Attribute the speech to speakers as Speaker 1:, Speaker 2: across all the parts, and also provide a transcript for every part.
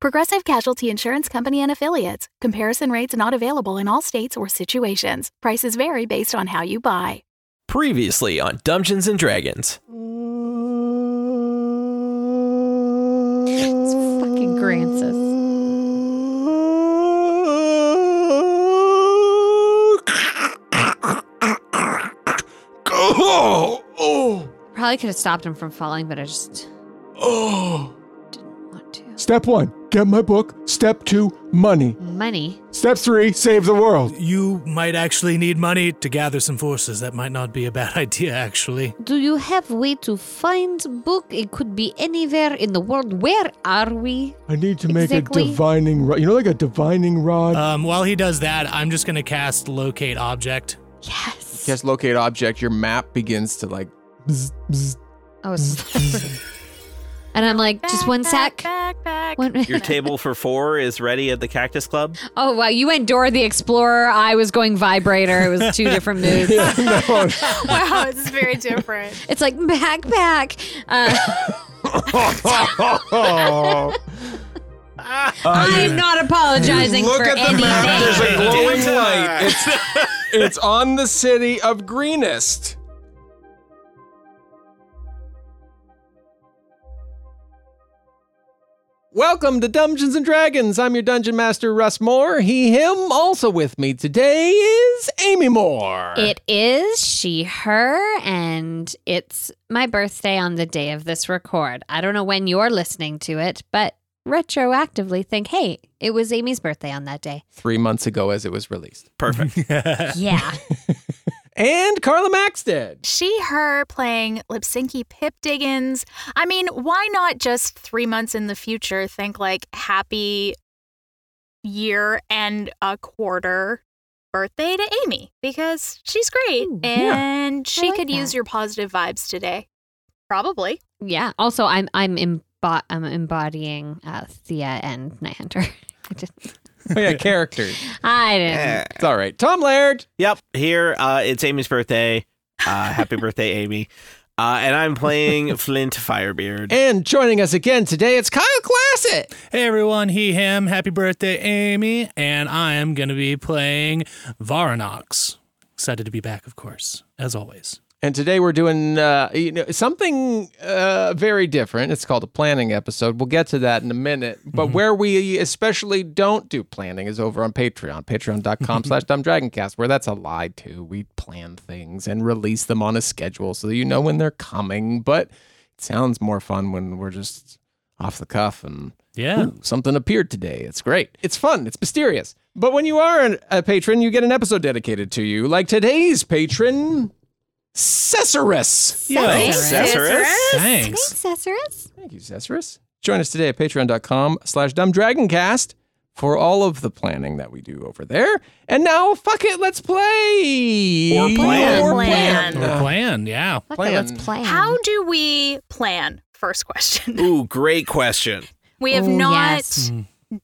Speaker 1: Progressive Casualty Insurance Company and Affiliates. Comparison rates not available in all states or situations. Prices vary based on how you buy.
Speaker 2: Previously on Dungeons and Dragons.
Speaker 3: It's fucking Grancis.
Speaker 4: Oh, oh,
Speaker 3: Probably could have stopped him from falling, but I just
Speaker 4: oh.
Speaker 3: didn't want to.
Speaker 5: Step one, get my book. Step two, money.
Speaker 3: Money.
Speaker 5: Step three, save the world.
Speaker 6: You might actually need money to gather some forces. That might not be a bad idea, actually.
Speaker 3: Do you have way to find book? It could be anywhere in the world. Where are we?
Speaker 5: I need to make
Speaker 3: Exactly.
Speaker 5: a divining rod. You know, like a divining rod?
Speaker 6: Um, while he does that, I'm just gonna cast locate object.
Speaker 3: Yes.
Speaker 4: Just locate object. Your map begins to like.
Speaker 5: Bzz, bzz.
Speaker 3: I
Speaker 4: Mm-hmm.
Speaker 3: was. Oh, and I'm like, just one sec. One-
Speaker 2: Your table for four is ready at the Cactus Club.
Speaker 3: oh wow, you went Dora the Explorer. I was going vibrator. It was two different moves.
Speaker 5: Yeah, no.
Speaker 7: wow, this is very different.
Speaker 3: It's like backpack. Uh, I am not apologizing
Speaker 4: Oh, Look
Speaker 3: for
Speaker 4: at the
Speaker 3: anything.
Speaker 4: map. There's a glowing
Speaker 2: Daytime.
Speaker 4: light. It's, it's on the city of Greenest. Welcome to Dungeons and Dragons. I'm your dungeon master, Russ Moore. He, him. Also with me today is Amy Moore.
Speaker 3: It is she, her, and it's my birthday on the day of this record. I don't know when you're listening to it, but retroactively think, hey, it was Amy's birthday on that day.
Speaker 4: Three months ago, as it was released.
Speaker 2: Perfect.
Speaker 3: Yeah.
Speaker 4: And Carla Maxted.
Speaker 7: She, her playing Lipsinky Pip Diggins. I mean, why not just three months in the future think like happy year and a quarter birthday to Amy because she's great
Speaker 3: Ooh, yeah.
Speaker 7: and she
Speaker 3: like
Speaker 7: could
Speaker 3: that.
Speaker 7: use your positive vibes today. Probably.
Speaker 3: yeah. Also, I'm I'm embo- I'm embodying uh, Thea and Night Hunter. I didn't.
Speaker 4: Oh, yeah, characters.
Speaker 3: I didn't.
Speaker 4: It's all right. Tom Laird.
Speaker 2: Yep, here uh, it's Amy's birthday. Uh, happy birthday, Amy. Uh, and I'm playing Flint Firebeard.
Speaker 4: And joining us again today, it's Kyle Classett.
Speaker 6: Hey everyone, he, him, happy birthday, Amy. And I am gonna be playing Varanox. Excited to be back, of course, as always.
Speaker 4: And today we're doing uh, you know, something uh, very different. It's called a planning episode. We'll get to that in a minute. But where we especially don't do planning is over on Patreon, patreon.com slash dumbdragoncast, where that's a lie too. We plan things and release them on a schedule so that you know when they're coming. But it sounds more fun when we're just off the cuff and
Speaker 6: Yeah.
Speaker 4: Ooh, something appeared today. It's great. It's fun. It's mysterious. But when you are an, a patron, you get an episode dedicated to you, like today's patron, Cesarus.
Speaker 2: Yo,
Speaker 3: Cesarus.
Speaker 2: Cesarus?
Speaker 6: Thanks.
Speaker 3: Thanks, Cesarus.
Speaker 4: Thank you, Cesarus. Join us today at patreon.com slash dumbdragoncast for all of the planning that we do over there. And now, fuck it, let's play.
Speaker 2: Or plan.
Speaker 4: Or
Speaker 7: Plan.
Speaker 4: plan.
Speaker 6: Or plan, yeah.
Speaker 3: Fuck it, let's
Speaker 4: Plan.
Speaker 3: plan.
Speaker 7: How do we plan? First question.
Speaker 2: Ooh, great question.
Speaker 7: We have
Speaker 3: Ooh,
Speaker 7: not
Speaker 3: yes.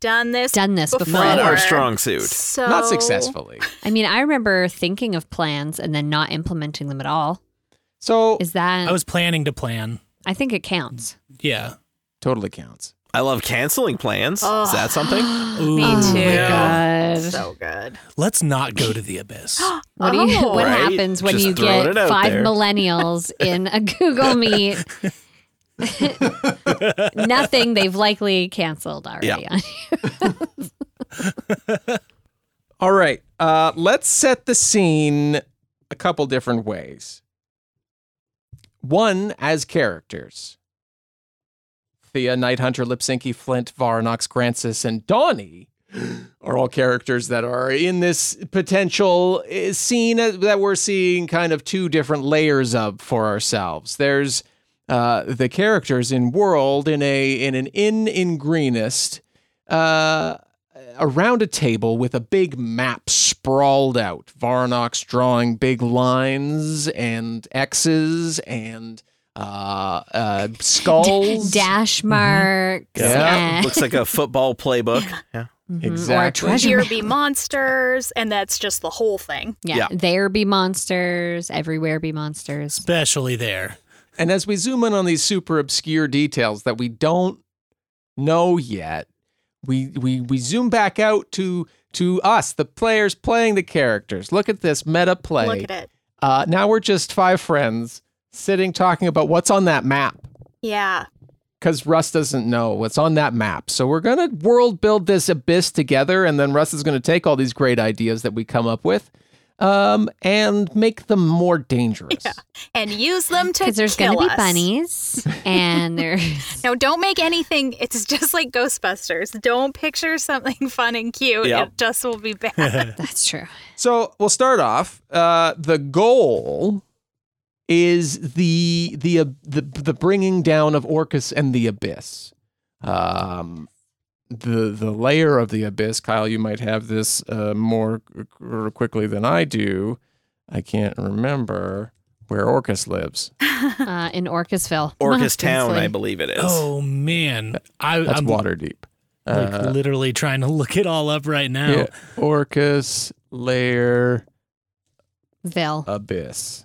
Speaker 7: done this
Speaker 3: Done this before.
Speaker 2: Not our
Speaker 3: Sure.
Speaker 2: strong suit.
Speaker 7: So
Speaker 4: Not successfully.
Speaker 3: I mean, I remember thinking of plans and then not implementing them at all.
Speaker 4: So,
Speaker 3: Is that?
Speaker 6: I was planning to plan.
Speaker 3: I think it counts.
Speaker 6: Yeah.
Speaker 4: totally counts.
Speaker 2: I love canceling plans. Is that something?
Speaker 6: Ooh.
Speaker 7: Me
Speaker 3: Oh my
Speaker 7: too.
Speaker 3: god.
Speaker 7: So good.
Speaker 6: Let's not go to the abyss.
Speaker 3: What, do you,
Speaker 7: Oh.
Speaker 3: what
Speaker 2: Right?
Speaker 3: happens when
Speaker 2: Just
Speaker 3: you
Speaker 2: throwing
Speaker 3: get
Speaker 2: it out
Speaker 3: five
Speaker 2: there.
Speaker 3: millennials in a Google Meet? Nothing. They've likely canceled already.
Speaker 4: All right. Uh, let's set the scene a couple different ways. One, as characters Thea, Night Hunter, Lipsinki, Flint, Varanox, Grancis, and Donnie are all characters that are in this potential uh, scene that we're seeing kind of two different layers of for ourselves. There's uh, the characters in world in a in an inn in greenest uh, around a table with a big map sprawled out. Varnox drawing big lines and X's and uh, uh, skulls.
Speaker 7: mm-hmm.
Speaker 3: Dash marks.
Speaker 4: Yeah.
Speaker 3: and-
Speaker 2: Looks like a football playbook. Yeah.
Speaker 3: Mhm. Or a
Speaker 4: Exactly.
Speaker 3: treasure
Speaker 7: Here
Speaker 3: map.
Speaker 7: be monsters, and that's just the whole thing.
Speaker 3: Yeah.
Speaker 2: Yeah.
Speaker 3: There be monsters. Everywhere be monsters.
Speaker 6: especially there.
Speaker 4: And as we zoom in on these super obscure details that we don't know yet, we we we zoom back out to to us, the players playing the characters. Look at this meta play.
Speaker 7: Look at it.
Speaker 4: Uh, now we're just five friends sitting talking about what's on that map
Speaker 7: Yeah.
Speaker 4: because Russ doesn't know what's on that map. So we're gonna world build this abyss together, and then Russ is gonna take all these great ideas that we come up with. Um, and make them more dangerous.
Speaker 7: And use them to
Speaker 3: Because there's going
Speaker 7: kill
Speaker 3: to be
Speaker 7: us.
Speaker 3: bunnies and there's.
Speaker 7: No, don't make anything. It's just like Ghostbusters. Don't picture something fun and cute.
Speaker 2: Yeah.
Speaker 7: It just will be bad.
Speaker 3: That's true.
Speaker 4: So we'll start off. Uh, the goal is the the uh, the the bringing down of Orcus and the Abyss. Um, the the layer of the abyss, Kyle. You might have this uh, more qu- qu- quickly than I do. I can't remember where Orcus lives.
Speaker 3: Uh, in Orcasville.
Speaker 2: Orcus Town, I
Speaker 3: Obviously.
Speaker 2: believe it is.
Speaker 6: Oh man, I,
Speaker 4: That's
Speaker 6: I'm
Speaker 4: water deep.
Speaker 6: like
Speaker 2: Uh,
Speaker 6: literally trying to look it all up right now.
Speaker 4: yeah, Orcus layer
Speaker 3: Ville.
Speaker 4: abyss.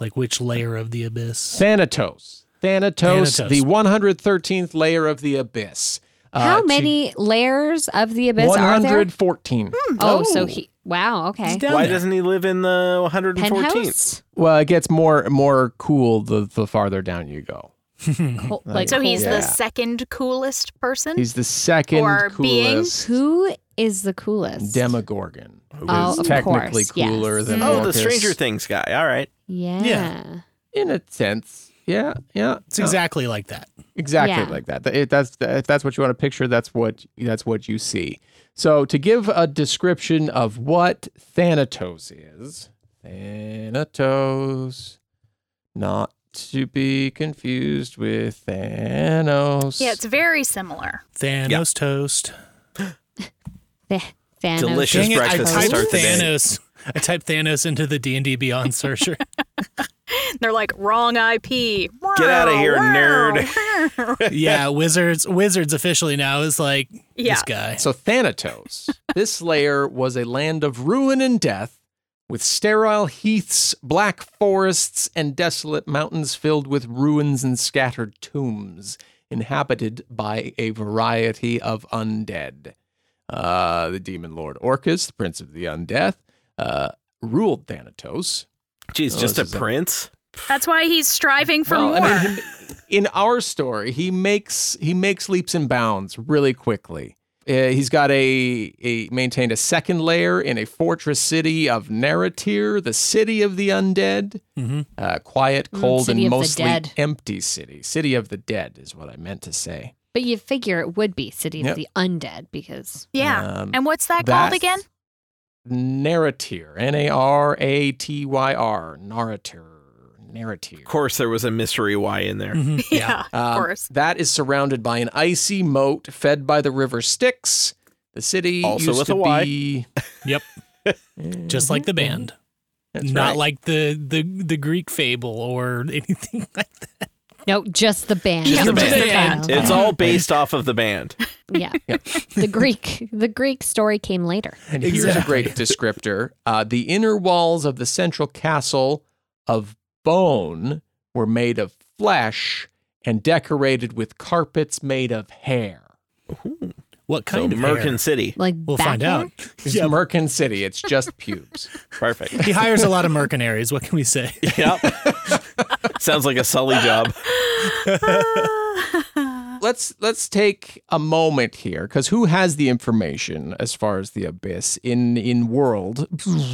Speaker 6: Like which layer of the abyss?
Speaker 4: Thanatos. Thanatos,
Speaker 6: Thanatos.
Speaker 4: the 113th layer of the abyss. Uh,
Speaker 3: How
Speaker 4: to-
Speaker 3: many layers of the abyss are there?
Speaker 4: 114.
Speaker 3: Oh, so he. Wow. Okay.
Speaker 6: He's down
Speaker 2: Why
Speaker 6: there.
Speaker 2: doesn't he live in the 114th?
Speaker 3: Penthouse.
Speaker 4: Well, it gets more more cool the, the farther down you go.
Speaker 3: Col- like
Speaker 7: so he's
Speaker 4: Yeah.
Speaker 7: the second coolest person.
Speaker 4: He's the second
Speaker 7: Or being
Speaker 4: coolest
Speaker 3: Who is the coolest?
Speaker 4: Demogorgon. who
Speaker 3: Oh,
Speaker 4: is
Speaker 3: of
Speaker 4: technically
Speaker 3: course,
Speaker 4: cooler
Speaker 3: yes.
Speaker 4: than
Speaker 2: Oh, the
Speaker 4: Orcus.
Speaker 2: Stranger Things guy. All right.
Speaker 3: Yeah.
Speaker 6: Yeah.
Speaker 4: In a sense. Yeah, yeah.
Speaker 6: It's exactly like that.
Speaker 4: exactly
Speaker 3: Yeah.
Speaker 4: like that. Th- It, that's if that's what you want to picture, that's what that's what you see. So to give a description of what Thanatos is, Thanatos, not to be confused with Thanos.
Speaker 7: yeah, it's very similar.
Speaker 6: Thanos
Speaker 2: Yeah.
Speaker 6: toast.
Speaker 3: Th- Thanos.
Speaker 2: Delicious
Speaker 6: Dang it, I
Speaker 2: breakfast to
Speaker 6: typed
Speaker 2: start the day.
Speaker 6: Thanos. I typed Thanos into the D and D Beyond searcher.
Speaker 7: They're like wrong IP.
Speaker 2: Get outta here,
Speaker 7: nerd.
Speaker 6: yeah, wizards. Wizards officially now is like
Speaker 7: yeah.
Speaker 6: this guy.
Speaker 4: So Thanatos, this layer was a land of ruin and death, with sterile heaths, black forests, and desolate mountains filled with ruins and scattered tombs, inhabited by a variety of undead. Uh, the demon lord Orcus, the prince of the undeath, uh, ruled Thanatos.
Speaker 2: Geez,
Speaker 4: Oh,
Speaker 2: just a
Speaker 4: this is a-
Speaker 2: prince?
Speaker 7: That's why he's striving for
Speaker 4: Well,
Speaker 7: more.
Speaker 4: I mean, he- in our story, he makes he makes leaps and bounds really quickly. Uh, he's got a, a maintained a second layer in a fortress city of Naratir, the city of the undead.
Speaker 6: hmm
Speaker 4: Uh, quiet,
Speaker 3: Mm,
Speaker 4: cold,
Speaker 3: city
Speaker 4: and
Speaker 3: of the
Speaker 4: mostly
Speaker 3: dead.
Speaker 4: empty city. City of the dead is what I meant to say.
Speaker 3: But you figure it would be City
Speaker 4: Yep.
Speaker 3: of the Undead because
Speaker 7: yeah.
Speaker 4: Um,
Speaker 7: and what's that called
Speaker 4: that's
Speaker 7: again?
Speaker 4: Naratir. N a r a t y r. Naratir. Naratir.
Speaker 2: Of course, there was a mystery Y in there.
Speaker 6: hmm
Speaker 7: Yeah,
Speaker 6: Yeah.
Speaker 7: of
Speaker 4: Um,
Speaker 7: course.
Speaker 4: That is surrounded by an icy moat fed by the river Styx. The city
Speaker 2: Also
Speaker 4: used
Speaker 2: with
Speaker 4: to
Speaker 2: a Y.
Speaker 4: be
Speaker 6: Yep. Just like the band.
Speaker 4: That's
Speaker 6: Not
Speaker 4: right.
Speaker 6: like the, the the Greek fable or anything like that.
Speaker 3: no, just the band.
Speaker 2: Just the
Speaker 3: Just
Speaker 2: band.
Speaker 3: band.
Speaker 2: It's all based off of the band.
Speaker 3: yeah. The Greek the Greek story came later.
Speaker 4: And here's a great descriptor. Uh, the inner walls of the central castle of bone were made of flesh and decorated with carpets made of hair.
Speaker 6: What
Speaker 2: So,
Speaker 6: kind of hair?
Speaker 2: Merkin City.
Speaker 3: Like
Speaker 6: We'll find out.
Speaker 3: backhand?
Speaker 4: It's Merkin City. It's just pubes.
Speaker 2: Perfect.
Speaker 6: He hires a lot of mercenaries. What can we say?
Speaker 2: yep. Sounds like a Sully job.
Speaker 4: let's let's take a moment here because who has the information as far as the abyss in in world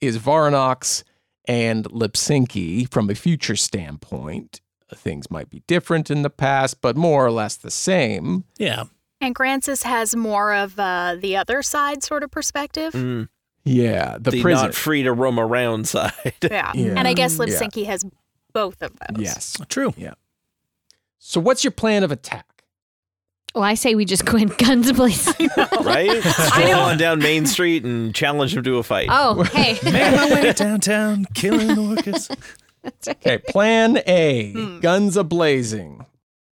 Speaker 4: is Varanox and Lipsinki from a future standpoint. Things might be different in the past, but more or less the same.
Speaker 6: Yeah.
Speaker 7: And Grancis has more of uh, the other side sort of perspective.
Speaker 2: Mm,
Speaker 4: Yeah, the,
Speaker 2: the
Speaker 4: prison.
Speaker 2: not free to roam around side.
Speaker 7: Yeah.
Speaker 4: Yeah.
Speaker 7: And I guess
Speaker 4: Yeah.
Speaker 7: Lipsinki has both of those.
Speaker 4: yes.
Speaker 6: True.
Speaker 4: So, what's your plan of attack?
Speaker 3: Well, I say we just go in guns blazing.
Speaker 4: Oh,
Speaker 2: right? Stroll on down Main Street and challenge him to a fight.
Speaker 3: oh, hey.
Speaker 6: Making my way downtown, killing orcas.
Speaker 3: That's right.
Speaker 4: Okay, plan A
Speaker 7: Hmm.
Speaker 4: guns a blazing.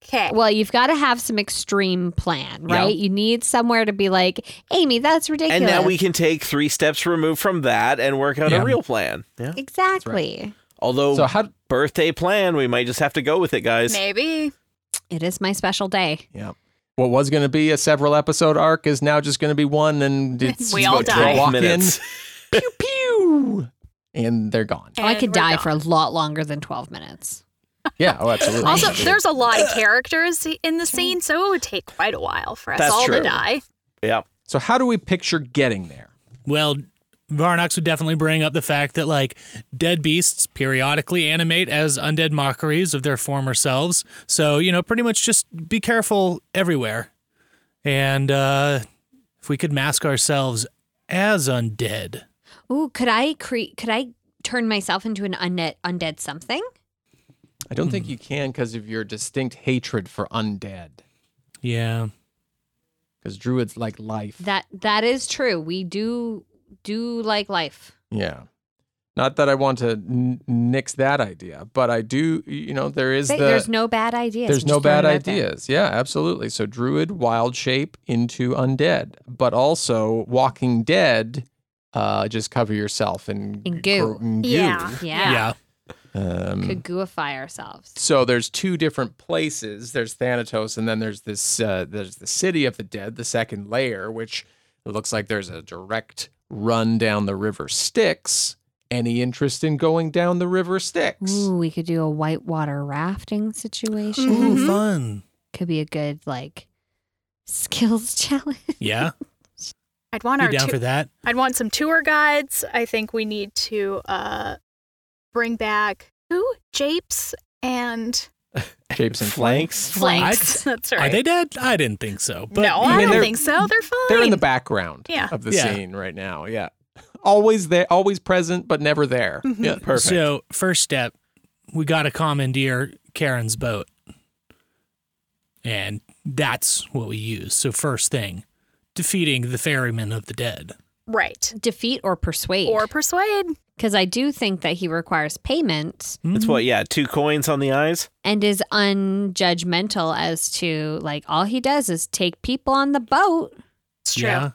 Speaker 7: Okay.
Speaker 3: Well, you've got to have some extreme plan, right? You need somewhere to be like, Amy, that's ridiculous.
Speaker 2: and now we can take three steps removed from that and work out
Speaker 6: Yeah.
Speaker 2: a real plan. Yeah.
Speaker 3: Exactly.
Speaker 7: Oh.
Speaker 2: Although
Speaker 4: So, how
Speaker 2: birthday plan, we might just have to go with it, guys.
Speaker 7: Maybe.
Speaker 3: It is my special day.
Speaker 4: what was going to be a several episode arc is now just going to be one, and it's
Speaker 7: We all
Speaker 4: about to
Speaker 7: die.
Speaker 4: walk
Speaker 2: Twelve minutes.
Speaker 4: in, pew pew, and they're gone.
Speaker 3: Oh, I
Speaker 7: and
Speaker 3: could
Speaker 7: we're
Speaker 3: die
Speaker 7: gone.
Speaker 3: for a lot longer than 12 minutes.
Speaker 4: Yeah, oh, absolutely.
Speaker 7: Also, there's a lot of characters in the scene, so it would take quite a while for us
Speaker 2: That's
Speaker 7: all
Speaker 2: true.
Speaker 7: to die.
Speaker 2: Yeah.
Speaker 4: so how do we picture getting there?
Speaker 6: Well, Varnox would definitely bring up the fact that like dead beasts periodically animate as undead mockeries of their former selves. So, you know, pretty much just be careful everywhere. And uh if we could mask ourselves as undead.
Speaker 3: Ooh, could I create could I turn myself into an undead undead something?
Speaker 4: I don't
Speaker 3: Hmm.
Speaker 4: think you can because of your distinct hatred for undead.
Speaker 6: Yeah.
Speaker 4: Because druids like life.
Speaker 3: That that is true. We do do like life.
Speaker 4: yeah. Not that I want to n- nix that idea, but I do. You know, there is
Speaker 3: Th-
Speaker 4: the
Speaker 3: there's no bad ideas.
Speaker 4: There's
Speaker 3: I'm
Speaker 4: no
Speaker 3: just throwing
Speaker 4: bad
Speaker 3: it out there.
Speaker 4: ideas. Yeah, absolutely. So druid, wild shape into undead, but also Walking Dead. Uh, just cover yourself in,
Speaker 3: In goo.
Speaker 4: gr- in goo.
Speaker 7: Yeah.
Speaker 3: Yeah.
Speaker 6: Yeah.
Speaker 4: Um,
Speaker 3: Could gooify ourselves.
Speaker 4: so there's two different places. There's Thanatos, and then there's this. Uh, there's the city of the dead, the second layer, which it looks like there's a direct run down the river Styx. Any interest in going down the river Styx?
Speaker 3: Ooh, we could do a whitewater rafting situation.
Speaker 6: Ooh,
Speaker 7: Mhm.
Speaker 6: fun.
Speaker 3: Could be a good like skills challenge.
Speaker 6: Yeah.
Speaker 7: I'd want
Speaker 6: You
Speaker 7: our
Speaker 6: down
Speaker 7: two-
Speaker 6: for that?
Speaker 7: I'd want some tour guides. I think we need to uh, bring back who Japes and
Speaker 4: Shapes and
Speaker 2: Flanks.
Speaker 7: Flanks. That's right.
Speaker 6: Are they dead? I didn't think so. But
Speaker 7: no, I
Speaker 4: mean,
Speaker 7: don't
Speaker 4: they're-
Speaker 7: think so. They're fine.
Speaker 4: They're in the background
Speaker 7: Yeah.
Speaker 4: of the
Speaker 6: Yeah.
Speaker 4: scene right now. Yeah. Always there, always present, but never there.
Speaker 7: Mhm.
Speaker 4: Yeah.
Speaker 2: Perfect.
Speaker 6: So, first step, we got to commandeer Karen's boat. And that's what we use. So, first thing, defeating the ferryman of the dead.
Speaker 7: right.
Speaker 3: Defeat or persuade.
Speaker 7: Or persuade.
Speaker 3: because I do think that he requires payment
Speaker 2: It's what, yeah, two coins on the eyes?
Speaker 3: and is unjudgmental as to like all he does is take people on the boat.
Speaker 7: It's true.
Speaker 6: Yeah.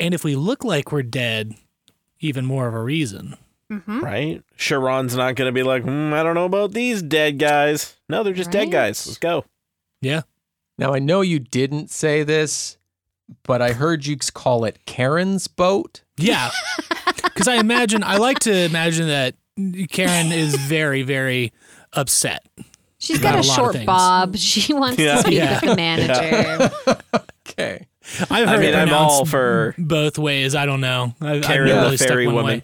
Speaker 6: And if we look like we're dead, even more of a reason.
Speaker 4: Mm.
Speaker 7: hmm
Speaker 2: Right? Sharon's not going to be like, hmm, I don't know about these dead guys. No, they're just
Speaker 3: Right.
Speaker 2: dead guys. Let's go.
Speaker 6: Yeah.
Speaker 4: Now I know you didn't say this, but I heard you call it Karen's boat.
Speaker 6: Yeah. Because I imagine, I like to imagine that Karen is very, very upset.
Speaker 3: She's got a,
Speaker 6: About a lot of
Speaker 3: short
Speaker 6: things.
Speaker 3: bob. She wants
Speaker 2: Yeah.
Speaker 3: to speak
Speaker 6: Yeah.
Speaker 3: with the manager.
Speaker 4: Okay.
Speaker 2: I
Speaker 6: I've heard
Speaker 2: mean,
Speaker 6: it
Speaker 2: I'm all
Speaker 6: pronounced
Speaker 2: for
Speaker 6: both ways. I don't know. I, I'm
Speaker 2: Karen
Speaker 6: really
Speaker 2: the
Speaker 6: stuck
Speaker 2: fairy
Speaker 6: one
Speaker 2: woman.
Speaker 6: way.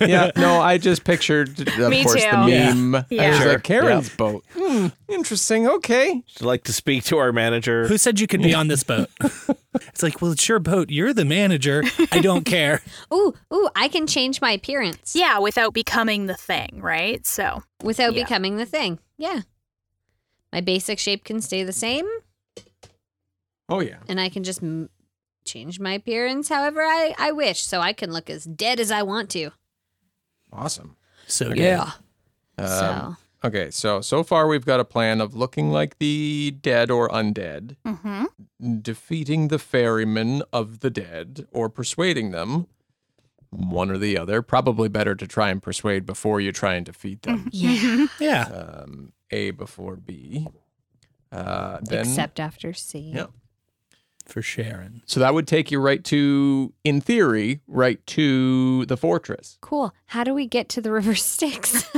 Speaker 4: Yeah. No, I just pictured, of
Speaker 7: Me
Speaker 4: course, the
Speaker 7: too.
Speaker 6: Yeah.
Speaker 4: meme.
Speaker 7: Yeah.
Speaker 4: I was
Speaker 2: Sure.
Speaker 4: like, Karen's boat. Hmm, interesting. Okay.
Speaker 2: She'd like to speak to our manager.
Speaker 6: Who said you could be on this boat? it's like, well, it's your boat. You're the manager. I don't care.
Speaker 3: ooh, ooh, I can change my appearance
Speaker 7: Yeah, without becoming the thing, right? So
Speaker 3: without
Speaker 7: Yeah.
Speaker 3: becoming the thing. Yeah. My basic shape can stay the same
Speaker 4: Oh yeah.
Speaker 3: and I can just m- change my appearance however I, I wish. So I can look as dead as I want to.
Speaker 4: Awesome.
Speaker 6: So
Speaker 4: Okay.
Speaker 6: yeah,
Speaker 4: Um,
Speaker 3: so
Speaker 4: Okay. So so far we've got a plan of looking like the dead or undead.
Speaker 7: hmm
Speaker 4: defeating the ferrymen of the dead or persuading them one or the other probably better to try and persuade before you try and defeat them
Speaker 3: yeah.
Speaker 6: yeah.
Speaker 4: um, a before b uh, then
Speaker 3: Except after C.
Speaker 4: yeah
Speaker 6: for Sharon.
Speaker 4: so that would take you right to in theory right to the fortress
Speaker 3: Cool. How do we get to the river Styx?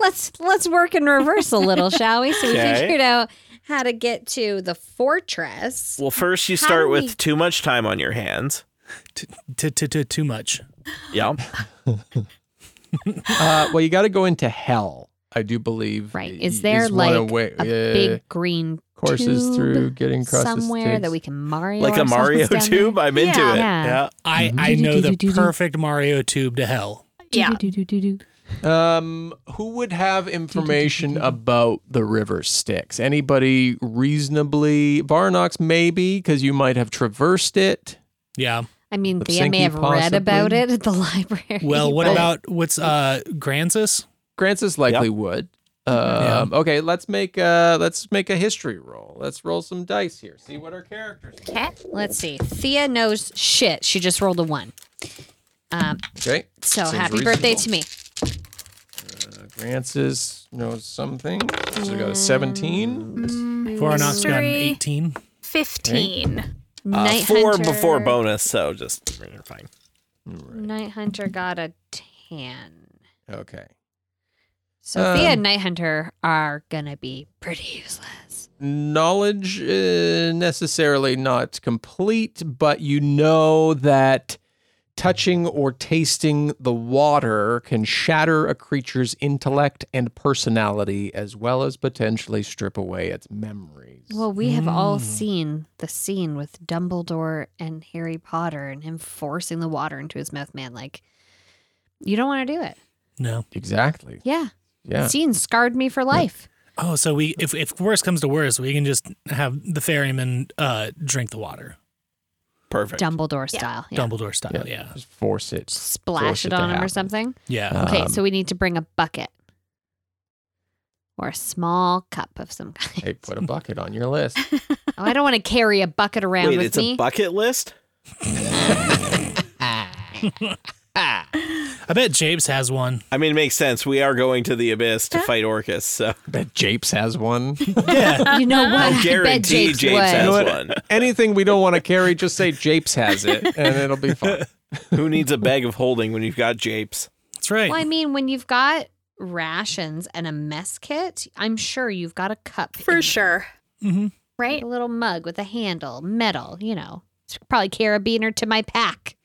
Speaker 3: let's let's work in reverse a little, shall we? So we
Speaker 2: Okay.
Speaker 3: figured out how to get to the fortress.
Speaker 2: Well, first you
Speaker 3: How
Speaker 2: start
Speaker 3: do
Speaker 2: with
Speaker 3: we-
Speaker 2: too much time on your hands.
Speaker 6: T- t- t- Too much.
Speaker 2: Yeah.
Speaker 4: uh, well you got to go into hell i do believe
Speaker 3: Right.
Speaker 4: i-
Speaker 3: Is there
Speaker 4: one
Speaker 3: like
Speaker 4: way-
Speaker 3: a
Speaker 4: yeah.
Speaker 3: big green
Speaker 4: courses
Speaker 3: tube
Speaker 4: through getting across the
Speaker 3: somewhere that
Speaker 4: stakes.
Speaker 3: we can Mario
Speaker 2: like a
Speaker 3: ourselves
Speaker 2: Mario
Speaker 3: down
Speaker 2: tube? I'm into
Speaker 7: Yeah.
Speaker 2: it.
Speaker 3: Yeah.
Speaker 2: Yeah.
Speaker 6: I I know the perfect Mario tube to hell.
Speaker 3: there?
Speaker 7: yeah.
Speaker 3: Do, do, do, do, do.
Speaker 4: Um, who would have information about the river Styx? Anybody reasonably? Varnox, maybe, because you might have traversed it.
Speaker 6: Yeah.
Speaker 3: I mean, Thea may
Speaker 4: Lipsinki,
Speaker 3: have read about
Speaker 4: possibly.
Speaker 3: it at the library.
Speaker 6: Well, what
Speaker 3: but-
Speaker 6: about what's uh Gransis?
Speaker 4: Grancis likely would. Um, Okay, let's make uh, let's make a history roll. Let's roll some dice here. See what our characters. are.
Speaker 7: Okay.
Speaker 3: Let's see. Thea knows shit. She just rolled a one. Um,
Speaker 4: Okay,
Speaker 3: so
Speaker 4: Seems
Speaker 3: happy birthday to me.
Speaker 4: uh, Grancis knows something. She got a seventeen.
Speaker 6: Varnox got an
Speaker 7: Mystery.
Speaker 6: 18.
Speaker 7: 15.
Speaker 2: Uh,
Speaker 3: Night
Speaker 2: four
Speaker 3: Hunter-
Speaker 2: before bonus, so just you're fine.
Speaker 3: Night Hunter got a ten.
Speaker 4: Okay.
Speaker 3: So Thea
Speaker 4: Um,
Speaker 3: and Night Hunter are gonna be pretty useless.
Speaker 4: knowledge uh, necessarily not complete, but you know that touching or tasting the water can shatter a creature's intellect and personality, as well as potentially strip away its memories.
Speaker 3: Well, we have all
Speaker 6: Mm.
Speaker 3: seen the scene with Dumbledore and Harry Potter and him forcing the water into his mouth, man. Like, you don't want to do it.
Speaker 6: No.
Speaker 4: exactly.
Speaker 3: Yeah.
Speaker 4: Yeah.
Speaker 3: Scene scarred me for life.
Speaker 6: Oh, so we if if worse comes to worse, we can just have the ferryman uh drink the water.
Speaker 2: Perfect.
Speaker 3: Dumbledore
Speaker 7: Yeah.
Speaker 3: style. Yeah.
Speaker 6: Dumbledore style, Oh, yeah.
Speaker 4: Just force it.
Speaker 3: Splash
Speaker 4: Force it
Speaker 3: it
Speaker 4: to
Speaker 3: on him or
Speaker 4: happen.
Speaker 3: something.
Speaker 6: Yeah.
Speaker 3: Okay,
Speaker 4: Um,
Speaker 3: so we need to bring a bucket or a small cup of some kind.
Speaker 4: Hey, put a bucket on your list.
Speaker 3: Oh, I don't want to carry a bucket around
Speaker 2: Wait,
Speaker 3: with
Speaker 2: it's
Speaker 3: me.
Speaker 2: a bucket list.
Speaker 6: I bet Japes has one.
Speaker 2: I mean, it makes sense. We are going to the abyss to fight Orcus, so
Speaker 4: Bet Japes has one.
Speaker 6: Yeah.
Speaker 3: you know what? I bet
Speaker 2: guarantee
Speaker 3: Jake's
Speaker 2: Japes,
Speaker 3: would.
Speaker 2: has
Speaker 4: You know what?
Speaker 2: one.
Speaker 4: Anything we don't want to carry, just say Japes has it, and it'll be fine.
Speaker 2: Who needs a bag of holding when you've got Japes?
Speaker 6: That's right.
Speaker 3: Well, I mean, when you've got rations and a mess kit, I'm sure you've got a cup. in
Speaker 7: For
Speaker 3: there.
Speaker 7: sure.
Speaker 6: hmm
Speaker 7: Right?
Speaker 3: A little mug with a handle, metal, you know. It's probably carabiner to my pack.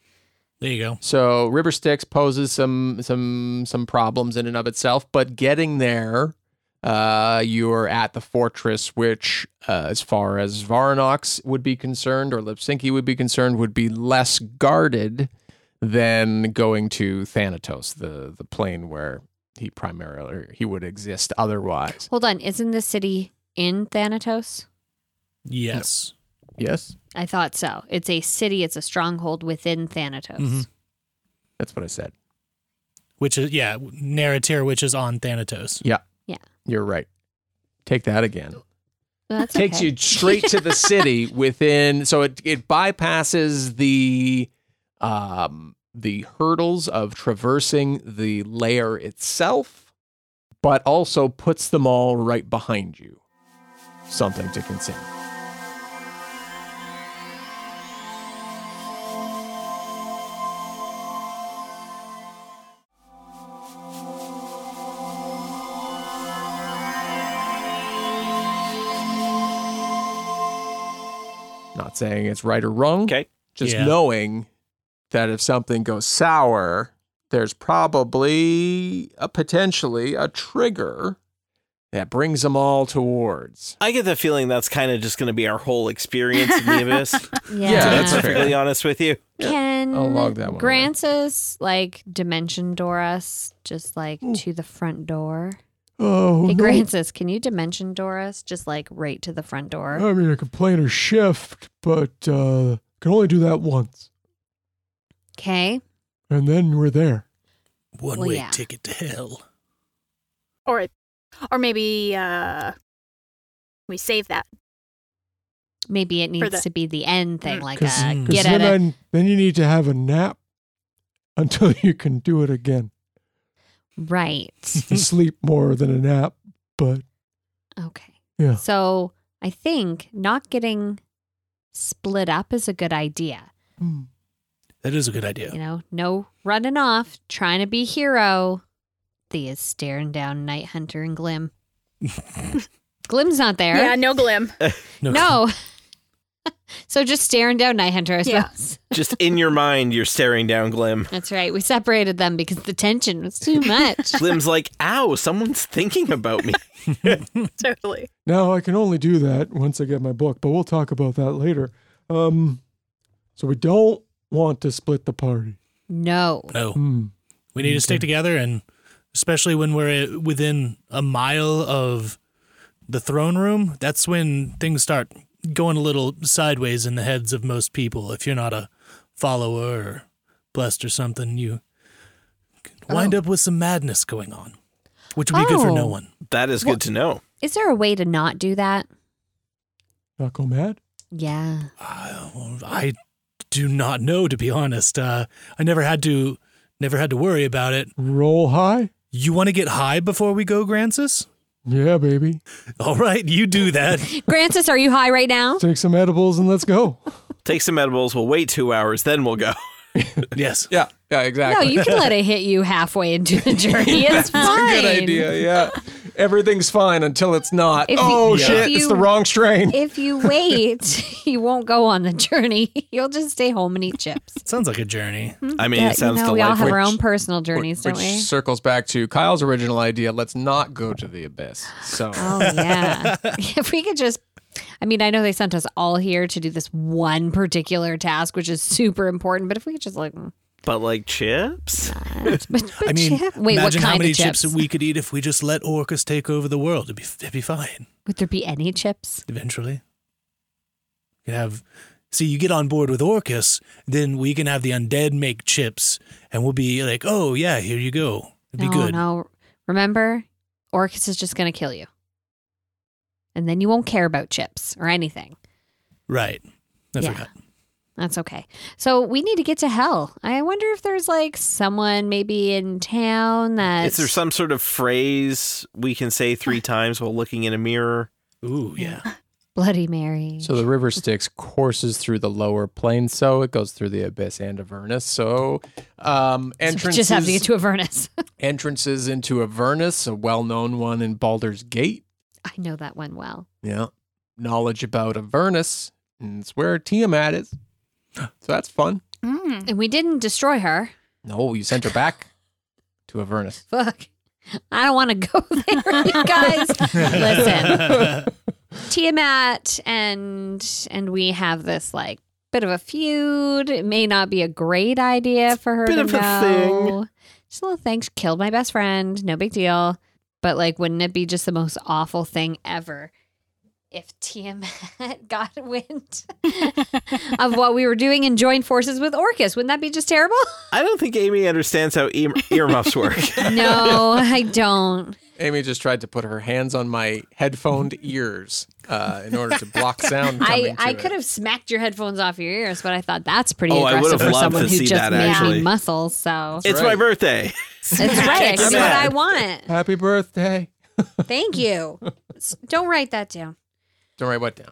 Speaker 6: There you go.
Speaker 4: So River Styx poses some some some problems in and of itself, but getting there, uh, you're at the fortress, which, uh, as far as Varanox would be concerned or Lipsinki would be concerned, would be less guarded than going to Thanatos, the the plane where he primarily he would exist otherwise.
Speaker 3: Hold on, isn't the city in Thanatos?
Speaker 6: Yes.
Speaker 4: Yes,
Speaker 3: I thought so. It's a city, it's a stronghold within Thanatos.
Speaker 6: Mhm.
Speaker 4: that's what I said.
Speaker 6: Which is yeah, Naratir, which is on Thanatos.
Speaker 4: You're right. Take that again.
Speaker 3: Well, that's
Speaker 4: takes
Speaker 3: okay.
Speaker 4: you straight to the city within so it it bypasses the um the hurdles of traversing the layer itself but also puts them all right behind you something to consider not saying it's right or wrong
Speaker 2: Okay.
Speaker 4: just
Speaker 6: Yeah.
Speaker 4: knowing that if something goes sour there's probably a potentially a trigger that brings them all towards
Speaker 2: I get the feeling that's kind of just going to be our whole experience in the abyss. to
Speaker 3: Yeah,
Speaker 4: Yeah,
Speaker 2: be
Speaker 4: that's fair.
Speaker 2: perfectly honest with you.
Speaker 3: Can
Speaker 4: I'll log that one away.
Speaker 3: Grancis like dimension door us just like to the front door?
Speaker 5: Oh,
Speaker 3: hey,
Speaker 5: no.
Speaker 3: Grancis, can you dimension door us just like right to the front door?
Speaker 5: I mean, I could plan a shift, but uh, can only do that once,
Speaker 3: Okay.
Speaker 5: and then we're there.
Speaker 6: One
Speaker 3: Well,
Speaker 6: way
Speaker 3: yeah.
Speaker 6: ticket to hell.
Speaker 7: Or or maybe uh we save that.
Speaker 3: Maybe it needs
Speaker 7: the-
Speaker 3: to be the end thing,
Speaker 7: Mm.
Speaker 3: like
Speaker 5: Because
Speaker 3: a
Speaker 6: Mm.
Speaker 3: get at
Speaker 5: then,
Speaker 3: it.
Speaker 5: I- then you need to have a nap until you can do it again.
Speaker 3: Right.
Speaker 5: Sleep more than a nap, but
Speaker 3: Okay.
Speaker 5: Yeah.
Speaker 3: So I think not getting split up is a good idea.
Speaker 5: hmm,
Speaker 6: That is a good idea.
Speaker 3: You know, no running off, trying to be hero. Thea's staring down Night Hunter and Glim. Glim's not there.
Speaker 7: Yeah, no glim.
Speaker 3: No. so just staring down Night Hunter, I
Speaker 7: Yeah.
Speaker 3: suppose.
Speaker 2: Just in your mind, you're staring down Glim.
Speaker 3: That's right. We separated them because the tension was too much.
Speaker 2: Glim's like, ow, someone's thinking about me.
Speaker 7: totally.
Speaker 5: now I can only do that once I get my book. But we'll talk about that later. Um, so we don't want to split the party.
Speaker 3: no.
Speaker 6: No.
Speaker 5: Hmm.
Speaker 6: We need to stick together and especially when we're uh, within a mile of the throne room. That's when things start going a little sideways in the heads of most people. If you're not a follower or blessed or something, you could wind up with some madness going on, which would be good for no
Speaker 3: Oh.
Speaker 6: one.
Speaker 2: That is
Speaker 3: Well-
Speaker 2: good to know.
Speaker 3: Is there a way to not do that?
Speaker 5: Not go mad.
Speaker 3: Yeah.
Speaker 6: Uh, I do not know, to be honest. Uh, I never had to, never had to worry about it.
Speaker 5: Roll high.
Speaker 6: You want to get high before we go, Grancis?
Speaker 5: Yeah, baby.
Speaker 6: All right, you do that.
Speaker 3: Grancis, are you high right now?
Speaker 5: Take some edibles and let's go.
Speaker 2: Take some edibles. We'll wait two hours, then we'll go.
Speaker 6: yes.
Speaker 4: Yeah, yeah,
Speaker 3: No,
Speaker 4: exactly.
Speaker 3: you can let it hit you halfway into the journey. It's fine.
Speaker 4: Good idea. Yeah, everything's fine until it's not.
Speaker 3: If you-
Speaker 4: oh
Speaker 3: Yeah.
Speaker 4: shit!
Speaker 3: if
Speaker 4: It's
Speaker 3: you-
Speaker 4: the wrong strain.
Speaker 3: If you wait, you won't go on the journey. You'll just stay home and eat chips.
Speaker 6: Sounds like a journey.
Speaker 2: I mean,
Speaker 3: Yeah,
Speaker 2: it sounds
Speaker 3: you know, we all
Speaker 2: delightful.
Speaker 3: have our
Speaker 4: Which-
Speaker 3: own personal journeys,
Speaker 4: which
Speaker 3: don't we?
Speaker 4: circles back to Kyle's original idea. Let's not go to the abyss. So
Speaker 3: Oh yeah. if we could just I mean, I know they sent us all here to do this one particular task, which is super important, but if we could just like mm,
Speaker 2: but like chips?
Speaker 3: but, but
Speaker 6: I mean,
Speaker 3: chip- wait, what
Speaker 6: imagine
Speaker 3: kind
Speaker 6: how many
Speaker 3: of chips?
Speaker 6: we could eat if we just let orcas take over the world. It'd be, it'd be fine
Speaker 3: Would there be any chips?
Speaker 6: eventually. You have, see, you get on board with Orcus, then we can have the undead make chips, and we'll be like, oh yeah, here you go. It'd
Speaker 3: no,
Speaker 6: be good.
Speaker 3: no. Remember, Orcus is just gonna kill you. And then you won't care about chips or anything.
Speaker 6: Right. I
Speaker 3: Yeah.
Speaker 6: forgot.
Speaker 3: That's okay. So we need to get to hell. I wonder if there's like someone maybe in town that
Speaker 2: Is there some sort of phrase we can say three times while looking in a mirror?
Speaker 6: Ooh, yeah.
Speaker 3: Bloody Mary.
Speaker 4: So the river Styx courses through the lower plain, so it goes through the abyss and Avernus. So um,
Speaker 3: So we
Speaker 4: entrances,
Speaker 3: just have to get to Avernus.
Speaker 4: entrances into Avernus, a well-known one in Baldur's Gate.
Speaker 3: I know that one well.
Speaker 4: Yeah, knowledge about Avernus, and it's where Tiamat is. So that's fun.
Speaker 7: Mm.
Speaker 3: And we didn't destroy her.
Speaker 4: No, you sent her back to Avernus.
Speaker 3: Fuck. I don't want to go there, you guys. Listen, Tiamat and and we have this like bit of a feud. It may not be a great idea for her
Speaker 2: Bit
Speaker 3: to
Speaker 2: of a
Speaker 3: know. Just a little thing. She killed my best friend. No big deal. But like, wouldn't it be just the most awful thing ever if Tiamat got wind of what we were doing and joined forces with Orcus? Wouldn't that be just terrible?
Speaker 2: I don't think Amy understands how ear- earmuffs work.
Speaker 3: no, I don't.
Speaker 4: Amy just tried to put her hands on my headphoned ears uh, in order to block sound.
Speaker 3: I,
Speaker 4: coming to
Speaker 3: I
Speaker 4: it.
Speaker 3: could have smacked your headphones off your ears, but I thought that's pretty
Speaker 2: Oh, I would
Speaker 3: aggressive
Speaker 2: have
Speaker 3: for
Speaker 2: loved
Speaker 3: someone
Speaker 2: to
Speaker 3: who
Speaker 2: see
Speaker 3: just
Speaker 2: that,
Speaker 3: made
Speaker 2: actually.
Speaker 3: me muscles. So
Speaker 2: it's my
Speaker 4: right.
Speaker 2: birthday.
Speaker 3: that's right. I can do what I
Speaker 2: Smack.
Speaker 3: want.
Speaker 5: Happy birthday.
Speaker 3: Thank you. S- Don't write that down.
Speaker 4: Don't write what down.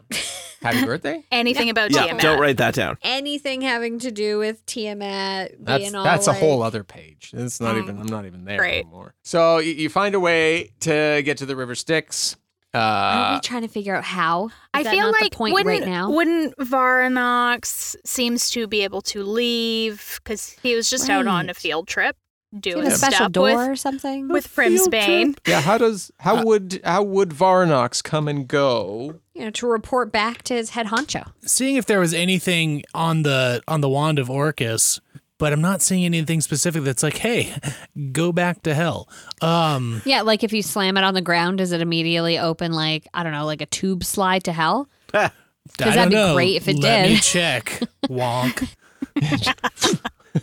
Speaker 4: Happy birthday.
Speaker 7: Anything about
Speaker 2: yeah,
Speaker 7: Tiamat.
Speaker 2: don't write that down.
Speaker 3: Anything having to do with Tiamat
Speaker 4: That's
Speaker 3: being all
Speaker 4: that's a whole
Speaker 3: like-
Speaker 4: other page. It's not
Speaker 7: Mm.
Speaker 4: even. I'm not even there
Speaker 7: Great.
Speaker 4: anymore. So you, you find a way to get to the River Styx.
Speaker 3: Aren't
Speaker 4: Uh,
Speaker 3: we trying to figure out how? Is
Speaker 7: I
Speaker 3: that
Speaker 7: feel
Speaker 3: not
Speaker 7: like
Speaker 3: the point
Speaker 7: wouldn't
Speaker 3: right now.
Speaker 7: wouldn't Varanox seems to be able to leave because he was just out on a
Speaker 3: Right.
Speaker 7: field trip
Speaker 3: Do you
Speaker 7: doing
Speaker 3: have a special
Speaker 7: stuff
Speaker 3: door
Speaker 7: with
Speaker 3: or something?
Speaker 7: with Frimsbane.
Speaker 4: yeah. How does how would how would Varnox come and go?
Speaker 3: you know, to report back to his head honcho.
Speaker 6: seeing if there was anything on the on the wand of Orcus, but I'm not seeing anything specific that's like, hey, go back to hell. Um,
Speaker 3: Yeah, like if you slam it on the ground, does it immediately open like I don't know, like a tube slide to hell?
Speaker 6: I
Speaker 3: that'd
Speaker 6: don't
Speaker 3: be
Speaker 6: know.
Speaker 3: great if it
Speaker 6: Let
Speaker 3: did.
Speaker 6: me check. Wonk.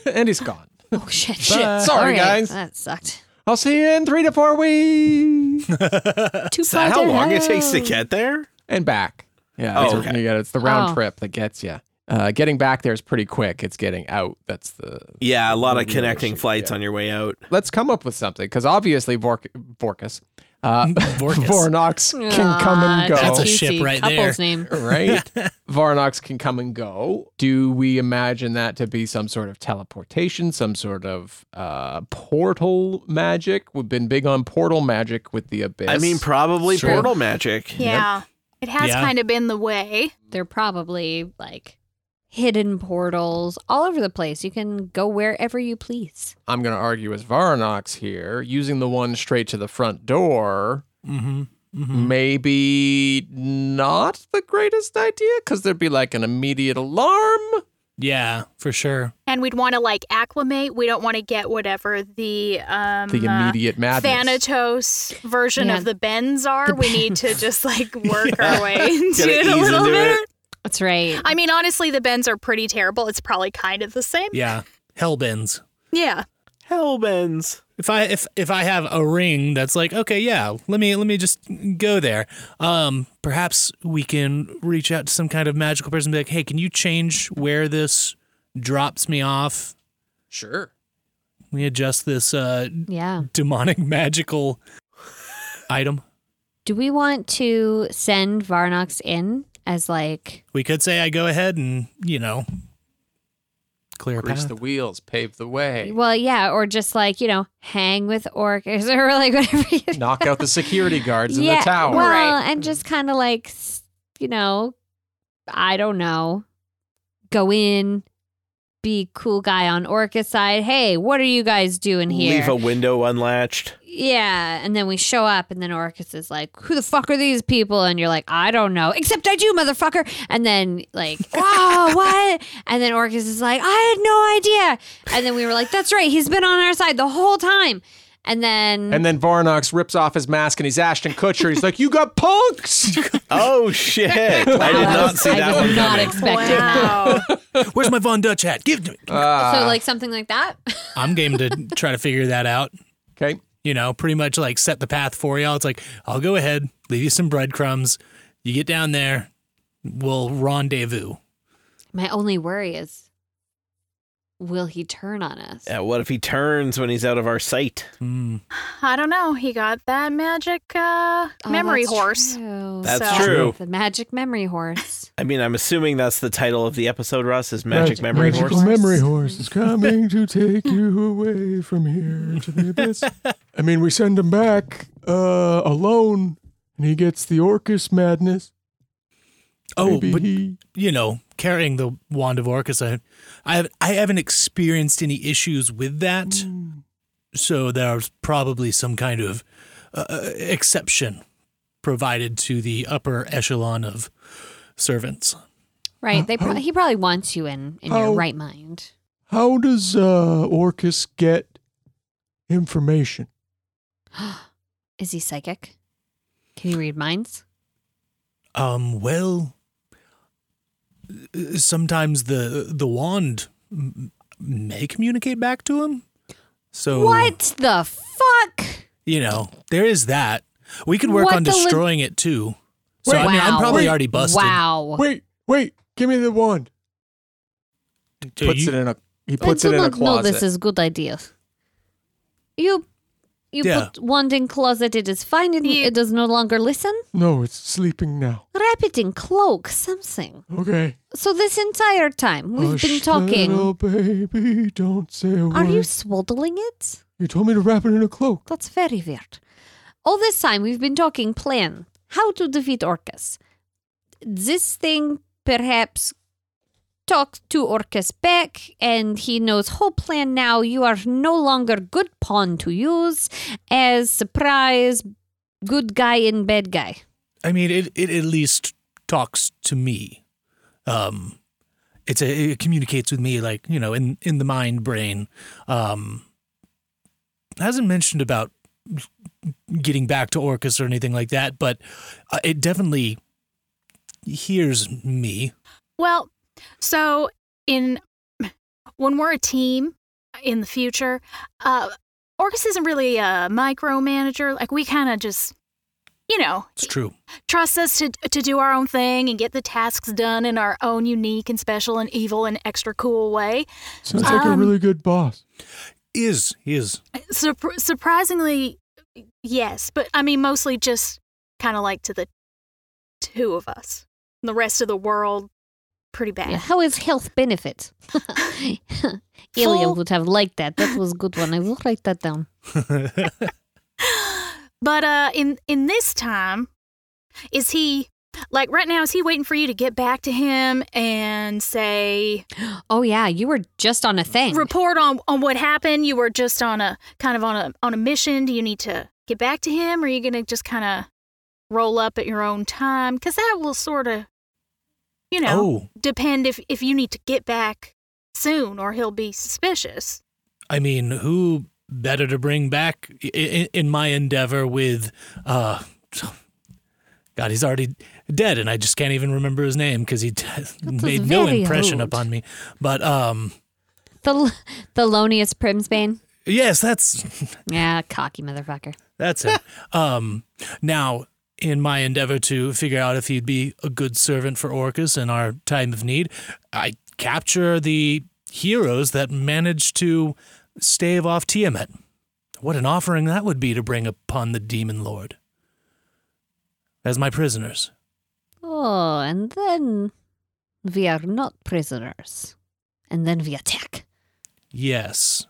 Speaker 4: and he's gone.
Speaker 3: Oh shit!
Speaker 4: Shit, sorry,
Speaker 3: All right.
Speaker 4: guys.
Speaker 3: That sucked.
Speaker 4: I'll see you in three to four weeks
Speaker 3: Too
Speaker 4: Uh,
Speaker 2: Is that how long it takes to get there?
Speaker 4: and back. Yeah.
Speaker 2: Oh,
Speaker 4: it's,
Speaker 2: okay.
Speaker 4: you got- it's the round
Speaker 3: Oh.
Speaker 4: trip that gets you. Uh, getting back there is pretty quick. It's getting out. That's the.
Speaker 2: Yeah, a lot
Speaker 4: Well,
Speaker 2: of
Speaker 4: yeah,
Speaker 2: connecting
Speaker 4: shit,
Speaker 2: flights
Speaker 4: yeah.
Speaker 2: on your way out.
Speaker 4: Let's come up with something because obviously Vork- Vorkus, uh,
Speaker 6: Vorkus.
Speaker 4: Vornox can come and go. Er,
Speaker 6: That's a ship right
Speaker 3: couple's
Speaker 6: there.
Speaker 3: name.
Speaker 4: right? Varnox can come and go. Do we imagine that to be some sort of teleportation, some sort of uh, portal magic? We've been big on portal magic with the abyss.
Speaker 2: I mean, probably
Speaker 3: Sure.
Speaker 2: portal magic.
Speaker 7: Yeah, it has
Speaker 6: Yeah.
Speaker 7: kind of been the way.
Speaker 3: They're probably like hidden portals all over the place. You can go wherever you please.
Speaker 4: I'm going to argue as Varnox here, using the one straight to the front door.
Speaker 6: hmm
Speaker 2: Mm.
Speaker 4: Maybe not the greatest idea because there'd be like an immediate alarm.
Speaker 6: Yeah, for sure.
Speaker 7: And we'd want to like acclimate. We don't want to get whatever the um
Speaker 4: The
Speaker 7: uh,
Speaker 4: immediate madness.
Speaker 7: Thanatos version
Speaker 3: Yeah.
Speaker 7: of the bends are.
Speaker 3: The
Speaker 7: we need to just like work
Speaker 2: Yeah.
Speaker 7: our way into
Speaker 2: Gotta
Speaker 7: it
Speaker 2: ease
Speaker 7: a little
Speaker 2: into
Speaker 7: bit.
Speaker 2: it.
Speaker 3: That's right.
Speaker 7: I mean, honestly, the bends are pretty terrible. It's probably kind of the same.
Speaker 6: Yeah. Hellbends.
Speaker 7: Yeah.
Speaker 2: Hellbends.
Speaker 6: If I if if I have a ring that's like, okay, yeah, let me let me just go there. Um perhaps we can reach out to some kind of magical person and be like, "Hey, can you change where this drops me off?
Speaker 4: Sure.
Speaker 6: We adjust this uh
Speaker 3: yeah.
Speaker 6: demonic magical item."
Speaker 3: Do we want to send Varnox in as like
Speaker 6: We could say I go ahead and, you know, clear a
Speaker 4: Grease
Speaker 6: path.
Speaker 4: the wheels, pave the way,
Speaker 3: well, yeah, or just like, you know, hang with orcas or like whatever you
Speaker 4: knock out the security guards in
Speaker 3: yeah,
Speaker 4: the tower.
Speaker 3: Well,
Speaker 7: Right.
Speaker 3: and just kind of like, s- you know, I don't know, go in, be cool guy on Orca's side. Hey, what are you guys doing here?
Speaker 2: Leave a window unlatched.
Speaker 3: yeah, and then we show up, and then Orcus is like, "Who the fuck are these people?" And you're like, "I don't know, except I do, motherfucker." And then like, "Wow, what?" And then Orcus is like, "I had no idea." And then we were like, "That's right, he's been on our side the whole time." And then
Speaker 4: And then Varnox rips off his mask and he's Ashton Kutcher. He's like, "You got punked."
Speaker 2: Oh shit! I did
Speaker 3: Wow,
Speaker 2: not see
Speaker 3: I
Speaker 2: that
Speaker 3: was
Speaker 2: one
Speaker 3: not
Speaker 2: coming.
Speaker 3: expecting that.
Speaker 6: Where's my Von Dutch hat? Give it to me.
Speaker 4: Ah,
Speaker 3: So like something like that.
Speaker 6: I'm game to try to figure that out.
Speaker 4: okay.
Speaker 6: You know, pretty much like set the path for y'all. It's like, I'll go ahead, leave you some breadcrumbs. You get down there, we'll rendezvous.
Speaker 3: My only worry is, will he turn on us?
Speaker 2: Yeah, what if he turns when he's out of our sight?
Speaker 6: Hmm.
Speaker 7: I don't know. He got that magic uh,
Speaker 3: Oh,
Speaker 7: memory
Speaker 3: that's
Speaker 7: horse.
Speaker 3: true.
Speaker 2: That's
Speaker 7: So-
Speaker 2: true.
Speaker 3: The magic memory horse.
Speaker 2: I mean, I'm assuming that's the title of the episode. Russ is Magic
Speaker 5: Mag-
Speaker 2: Memory
Speaker 5: magical
Speaker 2: Horse.
Speaker 5: memory horse is coming to take you away from here to the abyss. I mean, we send him back uh, alone, and he gets the Orcus madness.
Speaker 6: Oh,
Speaker 5: Maybe
Speaker 6: but
Speaker 5: he-
Speaker 6: you know, carrying the wand of Orcus, I, I, have, I haven't experienced any issues with that.
Speaker 5: Hmm.
Speaker 6: So there's probably some kind of uh, exception provided to the upper echelon of servants.
Speaker 3: right. They pro- he probably wants you in in
Speaker 5: How-
Speaker 3: your right mind.
Speaker 5: How does uh, Orcus get information?
Speaker 3: Is he psychic? Can he read minds?
Speaker 6: Um, well, uh, sometimes the the wand m- may communicate back to him. So
Speaker 3: What the fuck?
Speaker 6: you know, there is that. We could work
Speaker 3: What
Speaker 6: on
Speaker 3: the li-
Speaker 6: destroying it too. So I mean, I'm
Speaker 3: Wow.
Speaker 6: probably already busted.
Speaker 3: Wow.
Speaker 5: Wait, wait, give me the wand.
Speaker 6: So
Speaker 4: puts
Speaker 6: you-
Speaker 4: it in a. He
Speaker 3: I
Speaker 4: puts
Speaker 3: do
Speaker 4: it in a
Speaker 3: not know
Speaker 4: closet.
Speaker 3: this is good idea. You you
Speaker 6: Yeah.
Speaker 3: put wand in closet. It is fine. It,
Speaker 7: You-
Speaker 3: it does no longer listen.
Speaker 5: No, it's sleeping now.
Speaker 3: Wrap it in cloak. Something.
Speaker 5: Okay.
Speaker 3: So this entire time we've
Speaker 6: Oh,
Speaker 5: Hush,
Speaker 3: been talking.
Speaker 5: Little baby, don't say a
Speaker 3: Are
Speaker 5: word.
Speaker 3: you swaddling it?
Speaker 5: You told me to wrap it in a cloak.
Speaker 3: That's very weird. All this time we've been talking plan how to defeat Orcus. This thing perhaps talks to Orcus back, and he knows whole plan now. You are no longer good pawn to use as surprise good guy and bad guy.
Speaker 6: I mean, it, it at least talks to me. Um, it's a, it communicates with me, like you know, in in the mind brain. Um, hasn't mentioned about getting back to Orcus or anything like that, but uh, it definitely hears me.
Speaker 7: Well, so in when we're a team in the future, uh, Orcus isn't really a micromanager. Like we kind of just, you know,
Speaker 6: It's true.
Speaker 7: trusts us to to do our own thing and get the tasks done in our own unique and special and evil and extra cool way.
Speaker 5: Sounds like a
Speaker 7: Um,
Speaker 5: really good boss.
Speaker 6: Is he is
Speaker 7: Surpr surprisingly, yes, but I mean mostly just kind of like to the two of us. The rest of the world, pretty bad.
Speaker 3: Yeah, How is health benefit? Ilya
Speaker 7: Full-
Speaker 3: would have liked that. That was a good one. I will write that down.
Speaker 7: But uh, in in this time, is he like right now? Is he waiting for you to get back to him and say
Speaker 3: Oh yeah, you were just on a thing.
Speaker 7: report on on what happened? You were just on a kind of on a on a mission. Do you need to get back to him, or are you gonna just kind of roll up at your own time? Because that will sort of you know,
Speaker 6: Oh,
Speaker 7: depend if if you need to get back soon or he'll be suspicious.
Speaker 6: I mean, who better to bring back in, in my endeavor with, uh, God, he's already dead, and I just can't even remember his name because he d-
Speaker 3: is
Speaker 6: made no
Speaker 3: very
Speaker 6: impression
Speaker 3: rude.
Speaker 6: upon me. But um,
Speaker 3: The the loniest Primsbane.
Speaker 6: yes, that's
Speaker 3: Yeah, cocky motherfucker.
Speaker 6: That's it. um, now, in my endeavor to figure out if he'd be a good servant for Orcus in our time of need, I capture the heroes that managed to stave off Tiamat. What an offering that would be to bring upon the demon lord as my prisoners.
Speaker 3: Oh, and then we are not prisoners. And then we attack.
Speaker 6: Yes.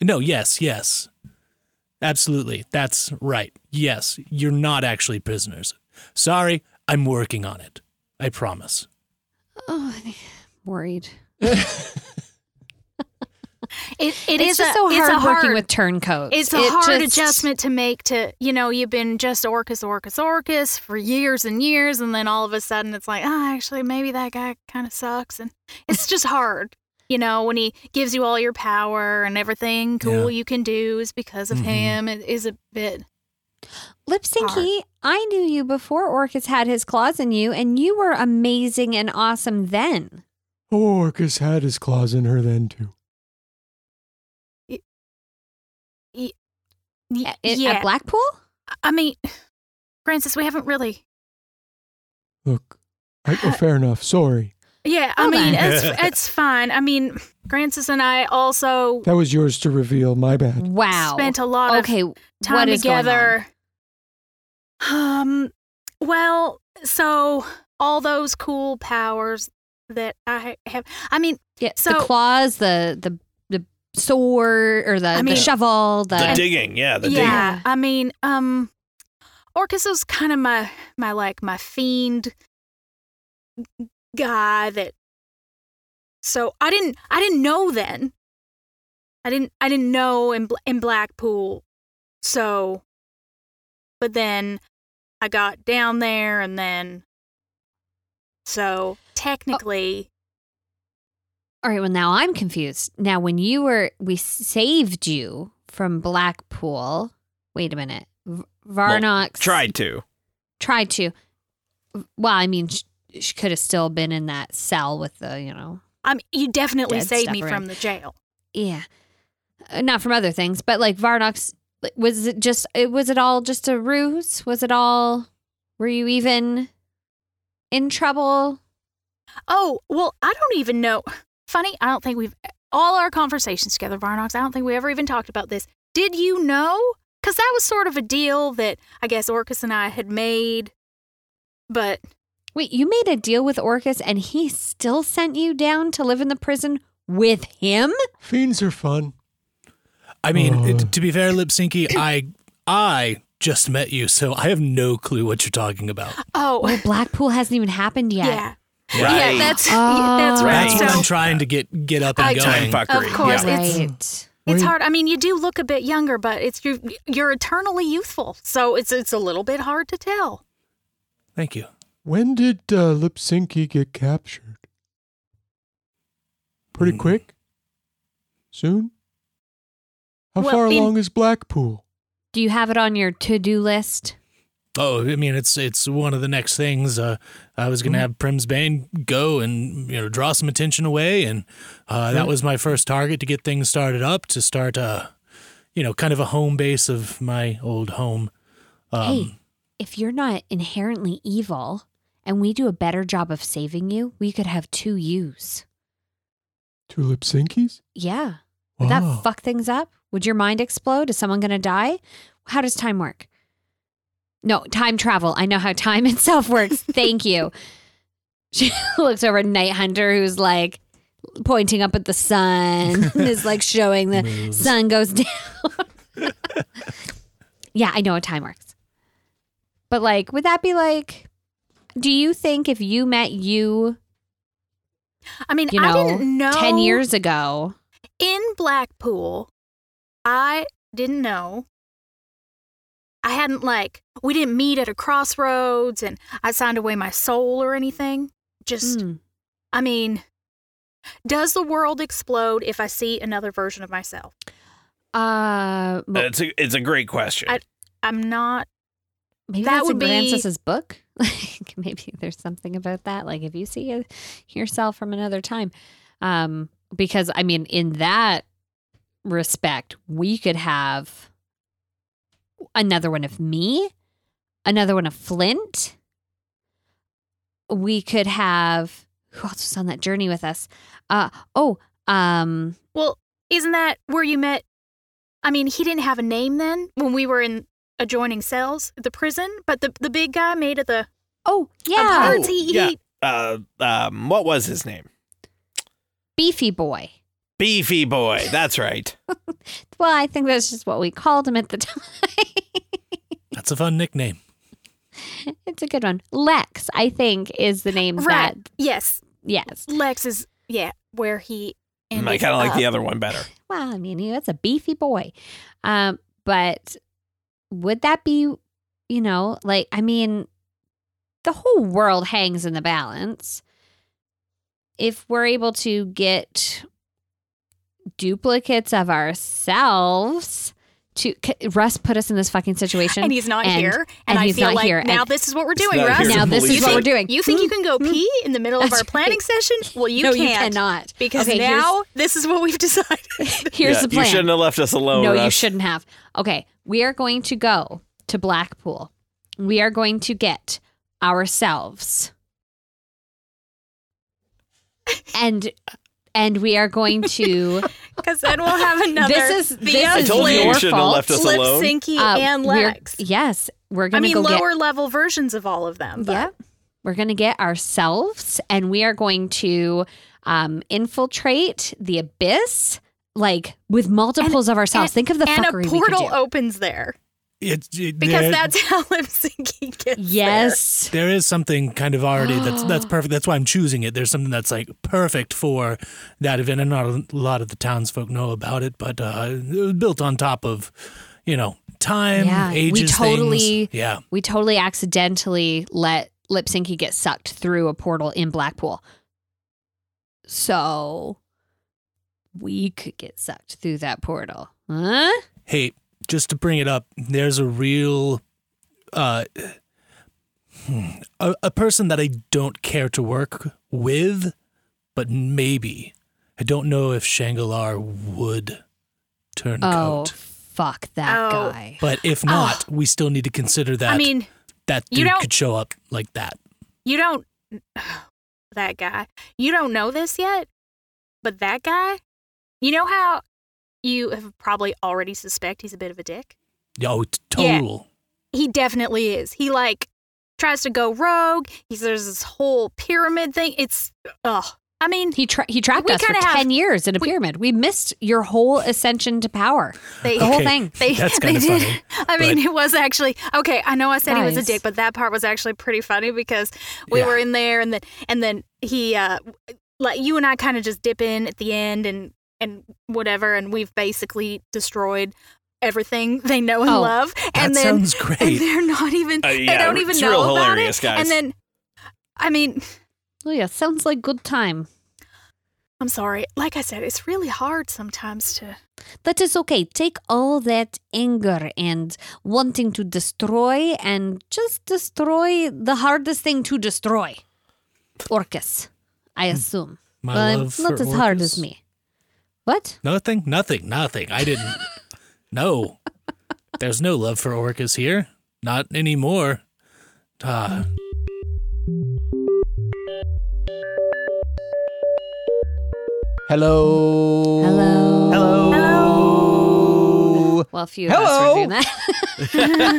Speaker 6: No, yes, yes. Absolutely. That's right. Yes, you're not actually prisoners. Sorry, I'm working on it. I promise.
Speaker 3: Oh, I'm worried.
Speaker 7: It,
Speaker 3: it's just so hard
Speaker 7: it's a
Speaker 3: working
Speaker 7: hard,
Speaker 3: with turncoats.
Speaker 7: It's a
Speaker 3: It
Speaker 7: hard
Speaker 3: just-
Speaker 7: adjustment to make to, you know, you've been just Orcus, Orcus, Orcus for years and years. And then all of a sudden it's like, ah, actually, maybe that guy kind of sucks. And it's just hard, you know, when he gives you all your power and everything cool you can do is because of
Speaker 3: Mm-hmm.
Speaker 6: Mhm.
Speaker 7: him. It is a bit.
Speaker 3: Lip Synchy, I knew you before Orcus had his claws in you, and you were amazing and awesome then.
Speaker 5: Orcus had his claws in her then too.
Speaker 7: y-
Speaker 3: At, at
Speaker 7: yeah.
Speaker 3: Blackpool?
Speaker 7: I mean, Francis, we haven't really.
Speaker 5: Look, I, oh, fair enough. Sorry,
Speaker 7: Yeah, I
Speaker 3: Hold
Speaker 7: mean,
Speaker 3: on.
Speaker 7: it's, it's fine. I mean, Francis and I also
Speaker 5: that was yours to reveal. My
Speaker 3: Mm.
Speaker 5: bad.
Speaker 3: Wow.
Speaker 7: spent a lot of
Speaker 3: okay,
Speaker 7: time
Speaker 3: what is going
Speaker 7: together. Um well, so all those cool powers that I have I mean,
Speaker 3: on? Yeah, the
Speaker 7: So-
Speaker 3: claws, the the the sword or the,
Speaker 7: I
Speaker 3: the
Speaker 7: mean-
Speaker 3: shovel, the,
Speaker 2: The digging, yeah, the digging.
Speaker 7: yeah, I mean, um Orcus was kind of my my like my fiend guy that so I didn't I didn't know then. I didn't I didn't know in Bl- in Blackpool. So but then I got down there and then so Oh, technically
Speaker 3: All right, well now I'm confused. Now when you were we saved you from Blackpool. Wait a minute. V- Varnox
Speaker 2: Tried to.
Speaker 3: tried to Well, I mean she, she could have still been in that cell with the, you know.
Speaker 7: I mean, you definitely
Speaker 3: Dead
Speaker 7: saved me
Speaker 3: stuffer.
Speaker 7: from the jail.
Speaker 3: Yeah. Uh, not from other things, but like Varnox like, was it just it was it all just a ruse? Was it all were you even in trouble?
Speaker 7: Oh, well, I don't even know. Funny, I don't think we've all our conversations together, Varnox. I don't think we ever even talked about this. Did you know? Because that was sort of a deal that I guess Orcus and I had made. But
Speaker 3: Wait, you made a deal with Orcus and he still sent you down to live in the prison with him?
Speaker 5: Fiends are fun.
Speaker 6: I mean,
Speaker 5: Oh.
Speaker 6: it- to be fair, Lipsinky, I I just met you, so I have no clue what you're talking about.
Speaker 7: oh,
Speaker 3: Well, Blackpool hasn't even happened yet.
Speaker 7: yeah,
Speaker 2: Right.
Speaker 7: yeah, that's
Speaker 3: Oh.
Speaker 7: that's right.
Speaker 6: That's
Speaker 7: So
Speaker 6: what I'm trying to get get up and
Speaker 7: I-
Speaker 6: going.
Speaker 2: Time fuckery.
Speaker 7: Of course,
Speaker 2: yeah.
Speaker 7: it's-
Speaker 3: Right.
Speaker 7: it's
Speaker 5: Wait.
Speaker 7: hard. I mean, you do look a bit younger, but it's you you're eternally youthful, so it's it's a little bit hard to tell.
Speaker 6: Thank you.
Speaker 5: When did uh, Lipsinki get captured? Pretty
Speaker 6: Hmm.
Speaker 5: quick. Soon. How
Speaker 7: Well,
Speaker 5: far
Speaker 7: in-
Speaker 5: along is Blackpool?
Speaker 3: Do you have it on your to-do list?
Speaker 6: Oh, I mean, it's it's one of the next things. Uh, I was
Speaker 7: Mm-hmm.
Speaker 6: gonna have Primsbane go and you know draw some attention away, and uh, that was my first target to get things started up to start uh, you know, kind of a home base of my old home. Um,
Speaker 3: hey, if you're not inherently evil and we do a better job of saving you, we could have two yous.
Speaker 5: Two Lipsinkies?
Speaker 3: Yeah. Would that fuck things up? Would your mind explode? Is someone going to die? How does time work? No, time travel. I know how time itself works. Thank you. She looks over at Night Hunter, who's like pointing up at the sun, and is like showing
Speaker 7: uh,
Speaker 3: the
Speaker 6: Moves.
Speaker 3: sun goes down. yeah, I know how time works. But like, would that be like, do you think if you met you,
Speaker 7: I mean,
Speaker 3: you know,
Speaker 7: I didn't know
Speaker 3: 10 years ago,
Speaker 7: in Blackpool, I didn't know I hadn't, like, we didn't meet at a crossroads and I signed away my soul or anything. Just,
Speaker 3: Hmm.
Speaker 7: I mean, does the world explode if I see another version of myself?
Speaker 3: Uh, well,
Speaker 2: It's a it's a great question.
Speaker 7: I- I'm not.
Speaker 3: maybe
Speaker 7: that
Speaker 3: that's
Speaker 7: would
Speaker 3: in Francis's
Speaker 7: be-
Speaker 3: book. Like maybe there's something about that. Like if you see a, yourself from another time, um, because I mean, in that respect, we could have another one of me, another one of Flint. We could have who else was on that journey with us? Uh, oh, um,
Speaker 7: Well, isn't that where you met? I mean, he didn't have a name then when we were in adjoining cells at the prison, but the, the big guy made of the
Speaker 3: oh
Speaker 7: of
Speaker 3: yeah,
Speaker 7: birds, he,
Speaker 2: yeah.
Speaker 7: he
Speaker 2: uh, um, what was his name?
Speaker 3: beefy boy.
Speaker 2: Beefy boy. That's right.
Speaker 3: Well, I think that's just what we called him at the time.
Speaker 6: That's a fun nickname.
Speaker 3: it's a good one. Lex, I think, is the name
Speaker 7: Right.
Speaker 3: that.
Speaker 7: Yes.
Speaker 3: Yes.
Speaker 7: Lex is yeah, where he
Speaker 2: I
Speaker 7: ended
Speaker 2: kind of like
Speaker 7: up.
Speaker 2: the other one better.
Speaker 3: Well, I mean, he- that's a beefy boy. Um, but would that be, you know, like, I mean, the whole world hangs in the balance. If we're able to get duplicates of ourselves to. c- Russ put us in this fucking situation.
Speaker 7: and he's not
Speaker 3: and-
Speaker 7: here,
Speaker 3: and
Speaker 7: and, I
Speaker 3: he's
Speaker 7: feel
Speaker 3: not
Speaker 7: like
Speaker 3: here, and-
Speaker 7: now this is what we're
Speaker 2: It's
Speaker 7: doing,
Speaker 2: not
Speaker 7: Russ.
Speaker 2: here.
Speaker 3: now this is
Speaker 2: You
Speaker 3: what we're
Speaker 2: think-
Speaker 3: doing.
Speaker 7: You think you can go
Speaker 3: Hmm?
Speaker 7: pee in the middle of
Speaker 3: That's
Speaker 7: our planning
Speaker 3: right.
Speaker 7: session? Well, you
Speaker 3: no, you
Speaker 7: can't
Speaker 3: cannot.
Speaker 7: because
Speaker 3: Okay, here's-
Speaker 7: now this is what we've decided.
Speaker 3: Here's
Speaker 2: Yeah,
Speaker 3: the plan.
Speaker 2: You shouldn't have left us alone.
Speaker 3: no, you
Speaker 2: Russ.
Speaker 3: shouldn't have. Okay, we are going to go to Blackpool. We are going to get ourselves, and and we are going to.
Speaker 7: Because then we'll have another.
Speaker 3: This is-
Speaker 7: the
Speaker 3: this
Speaker 2: I
Speaker 3: is
Speaker 2: told you you
Speaker 3: your
Speaker 2: shouldn't have
Speaker 3: fault.
Speaker 2: left us
Speaker 7: lip
Speaker 2: alone.
Speaker 7: syncy
Speaker 3: uh,
Speaker 7: and
Speaker 3: we're-
Speaker 7: Lex.
Speaker 3: yes, we're
Speaker 7: I
Speaker 3: going
Speaker 7: mean,
Speaker 3: to go get.
Speaker 7: lower level versions of all of them. but-
Speaker 3: Yep. We're going to get ourselves and we are going to um, infiltrate the abyss like with multiples of ourselves.
Speaker 7: and-
Speaker 3: Think of the
Speaker 7: and
Speaker 3: fuckery
Speaker 7: a portal
Speaker 3: we could do.
Speaker 7: opens there
Speaker 6: It's it,
Speaker 7: because
Speaker 6: there-
Speaker 7: that's how lip syncing gets. there.
Speaker 3: Yes.
Speaker 6: there is something kind of already that's that's perfect. That's why I'm choosing it. There's something that's like perfect for that event, and not a lot of the townsfolk know about it, but uh, it was built on top of, you know, time,
Speaker 3: Yeah, we
Speaker 6: ages,
Speaker 3: totally-
Speaker 6: things. Yeah,
Speaker 3: We totally accidentally let Lip Syncy get sucked through a portal in Blackpool. So we could get sucked through that portal. Huh?
Speaker 6: Hey, just to bring it up, there's a real uh hmm, a, a person that I don't care to work with, but maybe I don't know if Shangalar would turn
Speaker 3: Oh,
Speaker 6: coat.
Speaker 3: fuck that
Speaker 7: Oh.
Speaker 3: guy.
Speaker 6: But if not, we still need to consider that
Speaker 7: I mean,
Speaker 6: that
Speaker 7: you
Speaker 6: dude
Speaker 7: don't-
Speaker 6: could show up like that.
Speaker 7: you don't that guy you don't know this yet but that guy you know how you have probably already suspect he's a bit of a dick
Speaker 6: Oh, t-
Speaker 7: Yeah.
Speaker 6: total.
Speaker 7: he definitely is he like tries to go rogue he's there's this whole pyramid thing it's ugh i mean
Speaker 3: He tra- he tracked
Speaker 7: We
Speaker 3: us for
Speaker 7: kinda have-
Speaker 3: ten years in a
Speaker 7: we-
Speaker 3: pyramid. We missed your whole ascension to power.
Speaker 7: they
Speaker 3: The whole thing.
Speaker 7: they,
Speaker 6: That's
Speaker 7: they
Speaker 6: kind of
Speaker 7: did.
Speaker 6: funny.
Speaker 7: I mean,
Speaker 6: but-
Speaker 7: it was actually okay. I know I said he was a
Speaker 3: Guys.
Speaker 7: dick, but that part was actually pretty funny because we
Speaker 6: Yeah.
Speaker 7: were in there, and then and then he, uh, like you and I, kind of just dip in at the end and and whatever, and we've basically destroyed everything they know and
Speaker 3: Oh,
Speaker 7: love, and
Speaker 6: that
Speaker 7: then
Speaker 6: sounds
Speaker 7: and
Speaker 6: great.
Speaker 7: they're not even
Speaker 2: Uh,
Speaker 7: they
Speaker 2: yeah,
Speaker 7: don't even
Speaker 2: it's
Speaker 7: know
Speaker 2: real
Speaker 7: about
Speaker 2: hilarious,
Speaker 7: it,
Speaker 2: guys.
Speaker 7: and then. I mean,
Speaker 3: Oh yeah, sounds like good time.
Speaker 7: I'm sorry. Like I said, it's really hard sometimes to.
Speaker 3: That is okay. Take all that anger and wanting to destroy and just destroy the hardest thing to destroy. Orcus, I assume.
Speaker 6: Hmm. My
Speaker 3: Well,
Speaker 6: love
Speaker 3: not
Speaker 6: for
Speaker 3: as hard
Speaker 6: orcas?
Speaker 3: as me. What?
Speaker 6: Nothing, nothing, nothing. I didn't. no, there's no love for orcas here. Not anymore. Ah,
Speaker 4: Hello.
Speaker 3: Hello.
Speaker 4: Hello. Hello.
Speaker 3: Well, a few of us were
Speaker 4: Hello.
Speaker 3: doing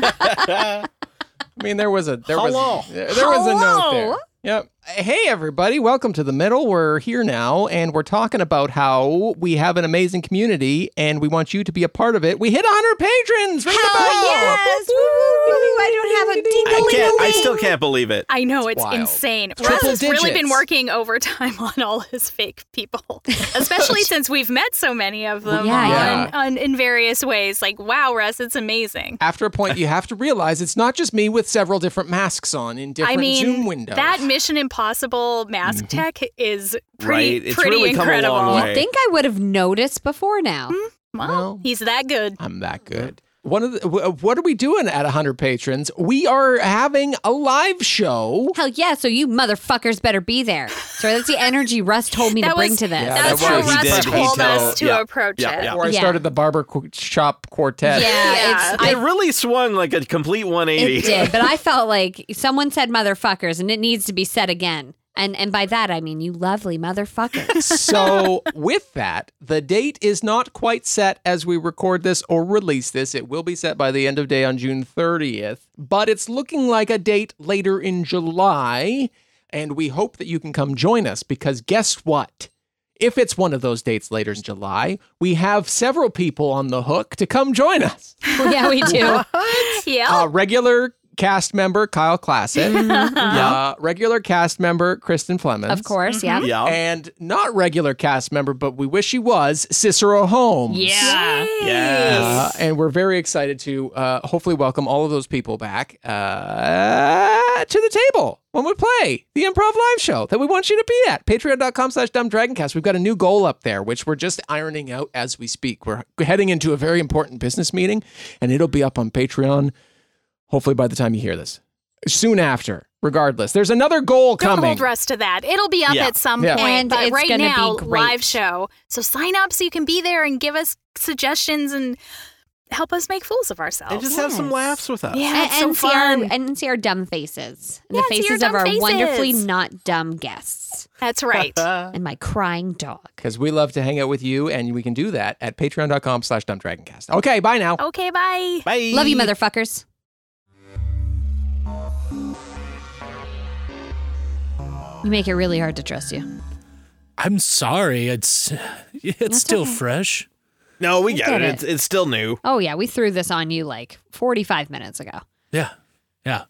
Speaker 3: that.
Speaker 4: I mean, there was a there was
Speaker 2: Hello.
Speaker 4: there was a note there. Yep. Hey, everybody, welcome to the middle. We're here now and we're talking about how we have an amazing community and we want you to be a part of it. We hit 100 patrons! Ring the bell!
Speaker 3: yes! Woo, woo, woo. I don't have a
Speaker 2: I
Speaker 3: ding
Speaker 2: can't. I still can't believe it.
Speaker 7: I know it's
Speaker 4: wild.
Speaker 7: insane.
Speaker 4: Triple
Speaker 7: Russ has really
Speaker 4: digits.
Speaker 7: been working overtime on all his fake people, especially since we've met so many of them
Speaker 3: Yeah,
Speaker 4: yeah.
Speaker 7: on, on in various ways. Like, wow, Russ, it's amazing.
Speaker 4: After a point, you have to realize it's not just me with several different masks on in different
Speaker 7: I mean,
Speaker 4: Zoom windows.
Speaker 7: that Mission Impossible mask tech is pretty
Speaker 2: Right, it's
Speaker 7: pretty
Speaker 2: really come a long
Speaker 7: incredible.
Speaker 2: way.
Speaker 3: I Hmm? think I would have noticed before now.
Speaker 7: Well,
Speaker 4: Well.
Speaker 7: he's that good.
Speaker 4: I'm that good. One of the, wh- what are we doing at 100 patrons? We are having a live show.
Speaker 3: Hell yeah, so you motherfuckers better be there. So that's the energy Russ told me to
Speaker 7: That
Speaker 3: bring
Speaker 7: was-
Speaker 3: to this.
Speaker 4: Yeah,
Speaker 7: That's
Speaker 4: that
Speaker 7: how
Speaker 4: was- he
Speaker 7: Russ
Speaker 4: did. He
Speaker 7: told us
Speaker 2: told-
Speaker 7: to
Speaker 2: yeah,
Speaker 7: approach
Speaker 2: yeah,
Speaker 7: it.
Speaker 2: yeah.
Speaker 4: Before I
Speaker 3: Yeah.
Speaker 4: started the barber qu- shop quartet.
Speaker 3: yeah, it's,
Speaker 2: It really swung like a complete 180.
Speaker 3: It did, but I felt like someone said motherfuckers and it needs to be said again. And and by that I mean you lovely motherfuckers.
Speaker 4: so with that, the date is not quite set as we record this or release this. It will be set by the end of day on June 30th, but it's looking like a date later in July. And we hope that you can come join us because guess what? If it's one of those dates later in July, we have several people on the hook to come join us.
Speaker 3: yeah, we do.
Speaker 7: Yeah.
Speaker 4: Uh, regular cast member Kyle Classic,
Speaker 3: Uh-huh.
Speaker 4: uh, regular cast member Kristen Flemings,
Speaker 3: Of course,
Speaker 7: Mm-hmm.
Speaker 3: yeah.
Speaker 2: Yeah.
Speaker 4: and not regular cast member, but we wish he was Cicero Holmes.
Speaker 3: Yeah.
Speaker 2: Yes.
Speaker 4: Uh, and we're very excited to uh, hopefully welcome all of those people back uh, to the table when we play the improv live show that we want you to be at. Patreon.com slash dumbdragoncast. We've got a new goal up there, which we're just ironing out as we speak. We're heading into a very important business meeting, and it'll be up on Patreon hopefully by the time you hear this. Soon after, regardless. There's another goal
Speaker 7: Don't
Speaker 4: coming.
Speaker 7: hold Russ to that. It'll be up
Speaker 2: Yeah.
Speaker 7: at some
Speaker 4: Yeah.
Speaker 7: point,
Speaker 3: And
Speaker 7: but
Speaker 3: it's
Speaker 7: right
Speaker 3: gonna be
Speaker 7: now,
Speaker 3: great.
Speaker 7: live show. So sign up so you can be there and give us suggestions and help us make fools of ourselves.
Speaker 2: And just have some
Speaker 3: Yes.
Speaker 2: laughs with us.
Speaker 7: yeah, it's
Speaker 3: and,
Speaker 7: so
Speaker 3: and see
Speaker 7: fun.
Speaker 3: our and see our dumb faces. And
Speaker 7: Yeah,
Speaker 3: the
Speaker 7: see your
Speaker 3: faces of
Speaker 7: dumb
Speaker 3: our wonderfully
Speaker 7: faces.
Speaker 3: not dumb guests.
Speaker 7: That's right.
Speaker 3: And my crying dog.
Speaker 4: because we love to hang out with you and we can do that at patreon.com slash dumbdragoncast okay bye now
Speaker 7: okay, bye.
Speaker 2: Bye.
Speaker 3: Love you, motherfuckers. You make it really hard to trust you.
Speaker 6: I'm sorry. It's it's still
Speaker 3: okay.
Speaker 6: fresh.
Speaker 2: No, we
Speaker 3: I
Speaker 2: got
Speaker 3: get
Speaker 2: it.
Speaker 3: it.
Speaker 2: It's, it's still new.
Speaker 3: Oh yeah, we threw this on you like 45 minutes ago.
Speaker 6: Yeah. Yeah.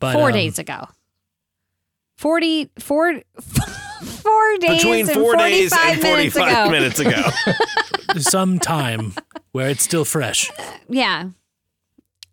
Speaker 6: But
Speaker 3: 4
Speaker 6: um,
Speaker 3: days ago. 40 4 4 days
Speaker 2: Between
Speaker 3: and
Speaker 2: four
Speaker 3: 45
Speaker 2: days and
Speaker 3: minutes
Speaker 2: 45
Speaker 3: ago.
Speaker 2: minutes ago.
Speaker 6: some time where it's still fresh.
Speaker 3: Yeah.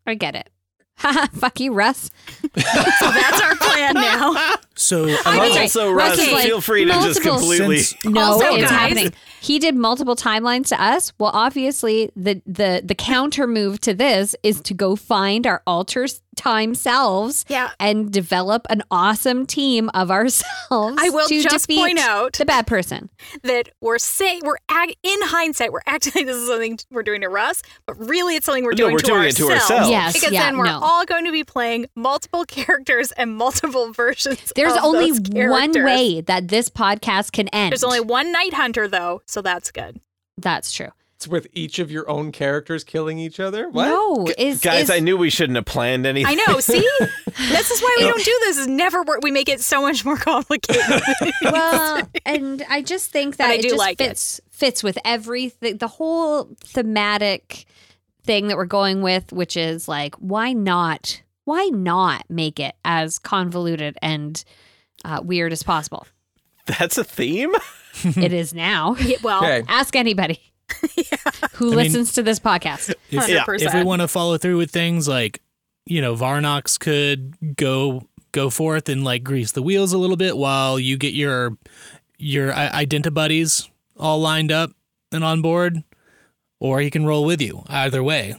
Speaker 3: I get it. Haha, fuck you, Russ.
Speaker 7: So that's our plan now.
Speaker 6: So um,
Speaker 3: I mean,
Speaker 2: also,
Speaker 3: Russ
Speaker 2: Russ,
Speaker 3: is like
Speaker 2: feel free to just
Speaker 3: multiple
Speaker 2: completely.
Speaker 6: Since-
Speaker 3: No,
Speaker 7: Also,
Speaker 3: it's
Speaker 7: guys-
Speaker 3: happening. He did multiple timelines to us. Well, obviously, the the the counter move to this is to go find our alter time selves
Speaker 7: Yeah.
Speaker 3: and develop an awesome team of ourselves.
Speaker 7: I will
Speaker 3: to
Speaker 7: just
Speaker 3: defeat
Speaker 7: point out-
Speaker 3: the bad person.
Speaker 7: That we're say we're act, in hindsight we're acting like this is something we're doing to Russ, but really it's something we're
Speaker 2: No,
Speaker 7: doing,
Speaker 2: we're
Speaker 7: to,
Speaker 2: doing it to
Speaker 7: ourselves.
Speaker 2: ourselves.
Speaker 3: Yes,
Speaker 7: because
Speaker 3: yeah,
Speaker 7: then we're
Speaker 3: no.
Speaker 7: all going to be playing multiple characters and multiple versions.
Speaker 3: There's
Speaker 7: of
Speaker 3: only
Speaker 7: those
Speaker 3: one
Speaker 7: characters.
Speaker 3: way that this podcast can end.
Speaker 7: There's only one Night Hunter though, so that's good.
Speaker 3: that's true.
Speaker 4: it's with each of your own characters killing each other what
Speaker 3: No, is
Speaker 2: Guys,
Speaker 3: is-
Speaker 2: I knew we shouldn't have planned anything.
Speaker 7: I know. See, this is why we don't do this. Is never work. We make it so much more complicated.
Speaker 3: well, and I just think that
Speaker 7: I
Speaker 3: it
Speaker 7: do
Speaker 3: just
Speaker 7: like it.
Speaker 3: fits fits with everything, the whole thematic thing that we're going with, which is like, why not? Why not make it as convoluted and uh, weird as possible?
Speaker 2: That's a theme?
Speaker 3: it is now.
Speaker 7: well,
Speaker 4: okay
Speaker 3: Ask anybody who
Speaker 6: I mean-
Speaker 3: listens to this podcast.
Speaker 6: if,
Speaker 2: Yeah.
Speaker 6: if
Speaker 7: 100%.
Speaker 6: we want to follow through with things like, you know, Varnox could go go forth and like grease the wheels a little bit while you get your your I- identi buddies all lined up and on board, or he can roll with you. Either way,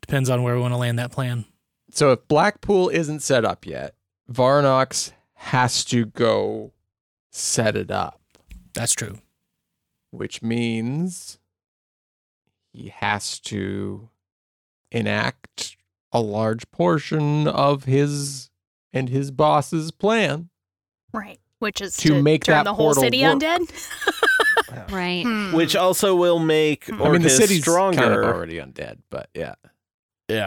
Speaker 6: depends on where we want to land that plan.
Speaker 4: so if blackpool isn't set up yet varnox has to go set it up
Speaker 6: That's true.
Speaker 4: which means he has to enact a large portion of his and his boss's plan
Speaker 7: right. Which is
Speaker 4: To make
Speaker 7: turn
Speaker 4: that
Speaker 7: the whole
Speaker 4: portal
Speaker 7: city
Speaker 4: work.
Speaker 7: undead.
Speaker 3: Right.
Speaker 7: Hmm.
Speaker 2: Which also will make Orcus
Speaker 4: i mean the city's
Speaker 2: stronger.
Speaker 4: kind of already undead but yeah
Speaker 2: Yeah.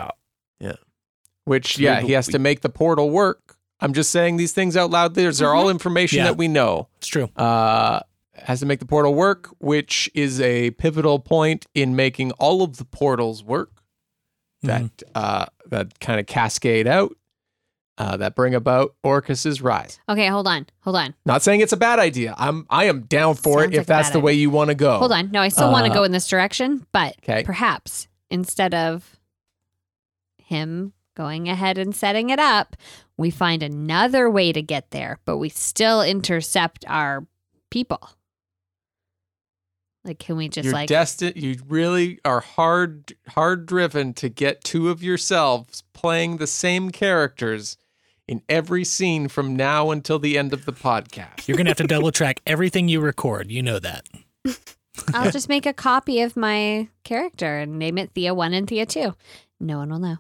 Speaker 4: Which
Speaker 2: Yeah,
Speaker 4: yeah,
Speaker 2: but
Speaker 4: he has
Speaker 2: we-
Speaker 4: to make the portal work
Speaker 1: I'm just saying these things out loud. These
Speaker 2: Mm-hmm.
Speaker 1: are all information
Speaker 6: Yeah.
Speaker 1: that we know.
Speaker 6: It's true.
Speaker 1: Uh, has to make the portal work, which is a pivotal point in making all of the portals work that uh, that kind of cascade out, uh, that bring about Orcus's rise.
Speaker 3: Okay, hold on, hold on,
Speaker 1: Not saying it's a bad idea. I'm I am down for
Speaker 3: Sounds
Speaker 1: it if
Speaker 3: like a
Speaker 1: that's
Speaker 3: bad
Speaker 1: the way you want to go.
Speaker 3: hold on. No, I still want to
Speaker 1: Uh,
Speaker 3: go in this direction, but
Speaker 1: 'kay.
Speaker 3: perhaps instead of him going ahead and setting it up, we find another way to get there, but we still intercept our people. Like, can we just
Speaker 1: You're
Speaker 3: like
Speaker 1: destined. You really are hard hard driven to get two of yourselves playing the same characters in every scene from now until the end of the podcast.
Speaker 6: You're gonna have to double track everything you record. You know that.
Speaker 3: I'll just make a copy of my character and name it Thea 1 and Thea 2. No one will know.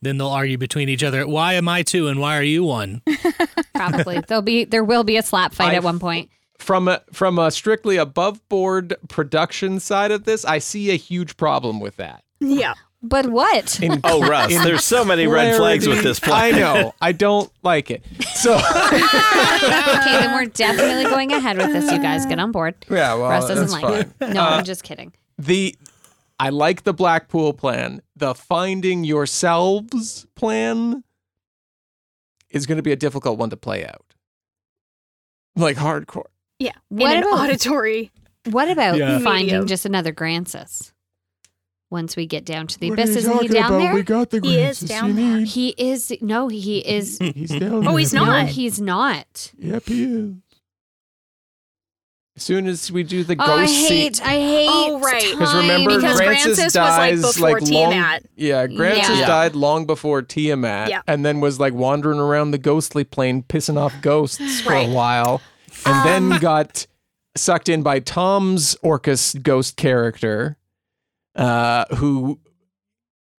Speaker 6: Then they'll argue between each other. Why am I two and why are you one?
Speaker 3: Probably. There'll be there will be a slap fight
Speaker 1: I-
Speaker 3: at one point.
Speaker 1: from a from a strictly above board production side of this, I see a huge problem with that.
Speaker 7: Yeah.
Speaker 3: But what?
Speaker 1: In-
Speaker 2: Oh, Russ,
Speaker 1: in
Speaker 2: there's so many red flags with this plot.
Speaker 1: I know. I don't like it. So
Speaker 3: okay, then we're definitely going ahead with this. You guys get on board.
Speaker 1: yeah, well,
Speaker 3: Russ doesn't
Speaker 1: that's
Speaker 3: like
Speaker 1: fine. Uh,
Speaker 3: it. No, I'm just kidding.
Speaker 1: the I like the Blackpool plan. The finding yourselves plan is going to be a difficult one to play out. Like hardcore.
Speaker 3: What
Speaker 7: in an
Speaker 3: about,
Speaker 7: auditory.
Speaker 3: what about
Speaker 6: Yeah.
Speaker 3: finding
Speaker 7: Medium.
Speaker 3: just another Grancis? Once we get down to the
Speaker 5: What
Speaker 3: abyss,
Speaker 5: are you
Speaker 3: isn't he
Speaker 5: talking
Speaker 3: down
Speaker 5: about?
Speaker 3: there?
Speaker 5: We got the
Speaker 7: He is
Speaker 5: grants you
Speaker 7: down there.
Speaker 5: need.
Speaker 3: He is no, he is
Speaker 5: He's down
Speaker 7: Oh,
Speaker 5: there.
Speaker 7: he's
Speaker 3: no,
Speaker 7: not.
Speaker 3: he's not.
Speaker 5: Yep, he is.
Speaker 1: As soon as we do the
Speaker 3: Oh,
Speaker 1: ghost
Speaker 3: I
Speaker 1: scene-
Speaker 3: hate, I hate.
Speaker 7: Oh, right.
Speaker 3: Because
Speaker 1: Because remember,
Speaker 7: Because
Speaker 1: Francis,
Speaker 7: Francis was, like,
Speaker 1: dies
Speaker 7: before
Speaker 1: long,
Speaker 7: Tiamat.
Speaker 1: Yeah, Francis
Speaker 3: Yeah.
Speaker 1: died long before Tiamat,
Speaker 7: Yeah.
Speaker 1: and then was like wandering around the ghostly plane, pissing off ghosts for
Speaker 7: Right.
Speaker 1: a while, and then got sucked in by Tom's Orcus ghost character, uh, who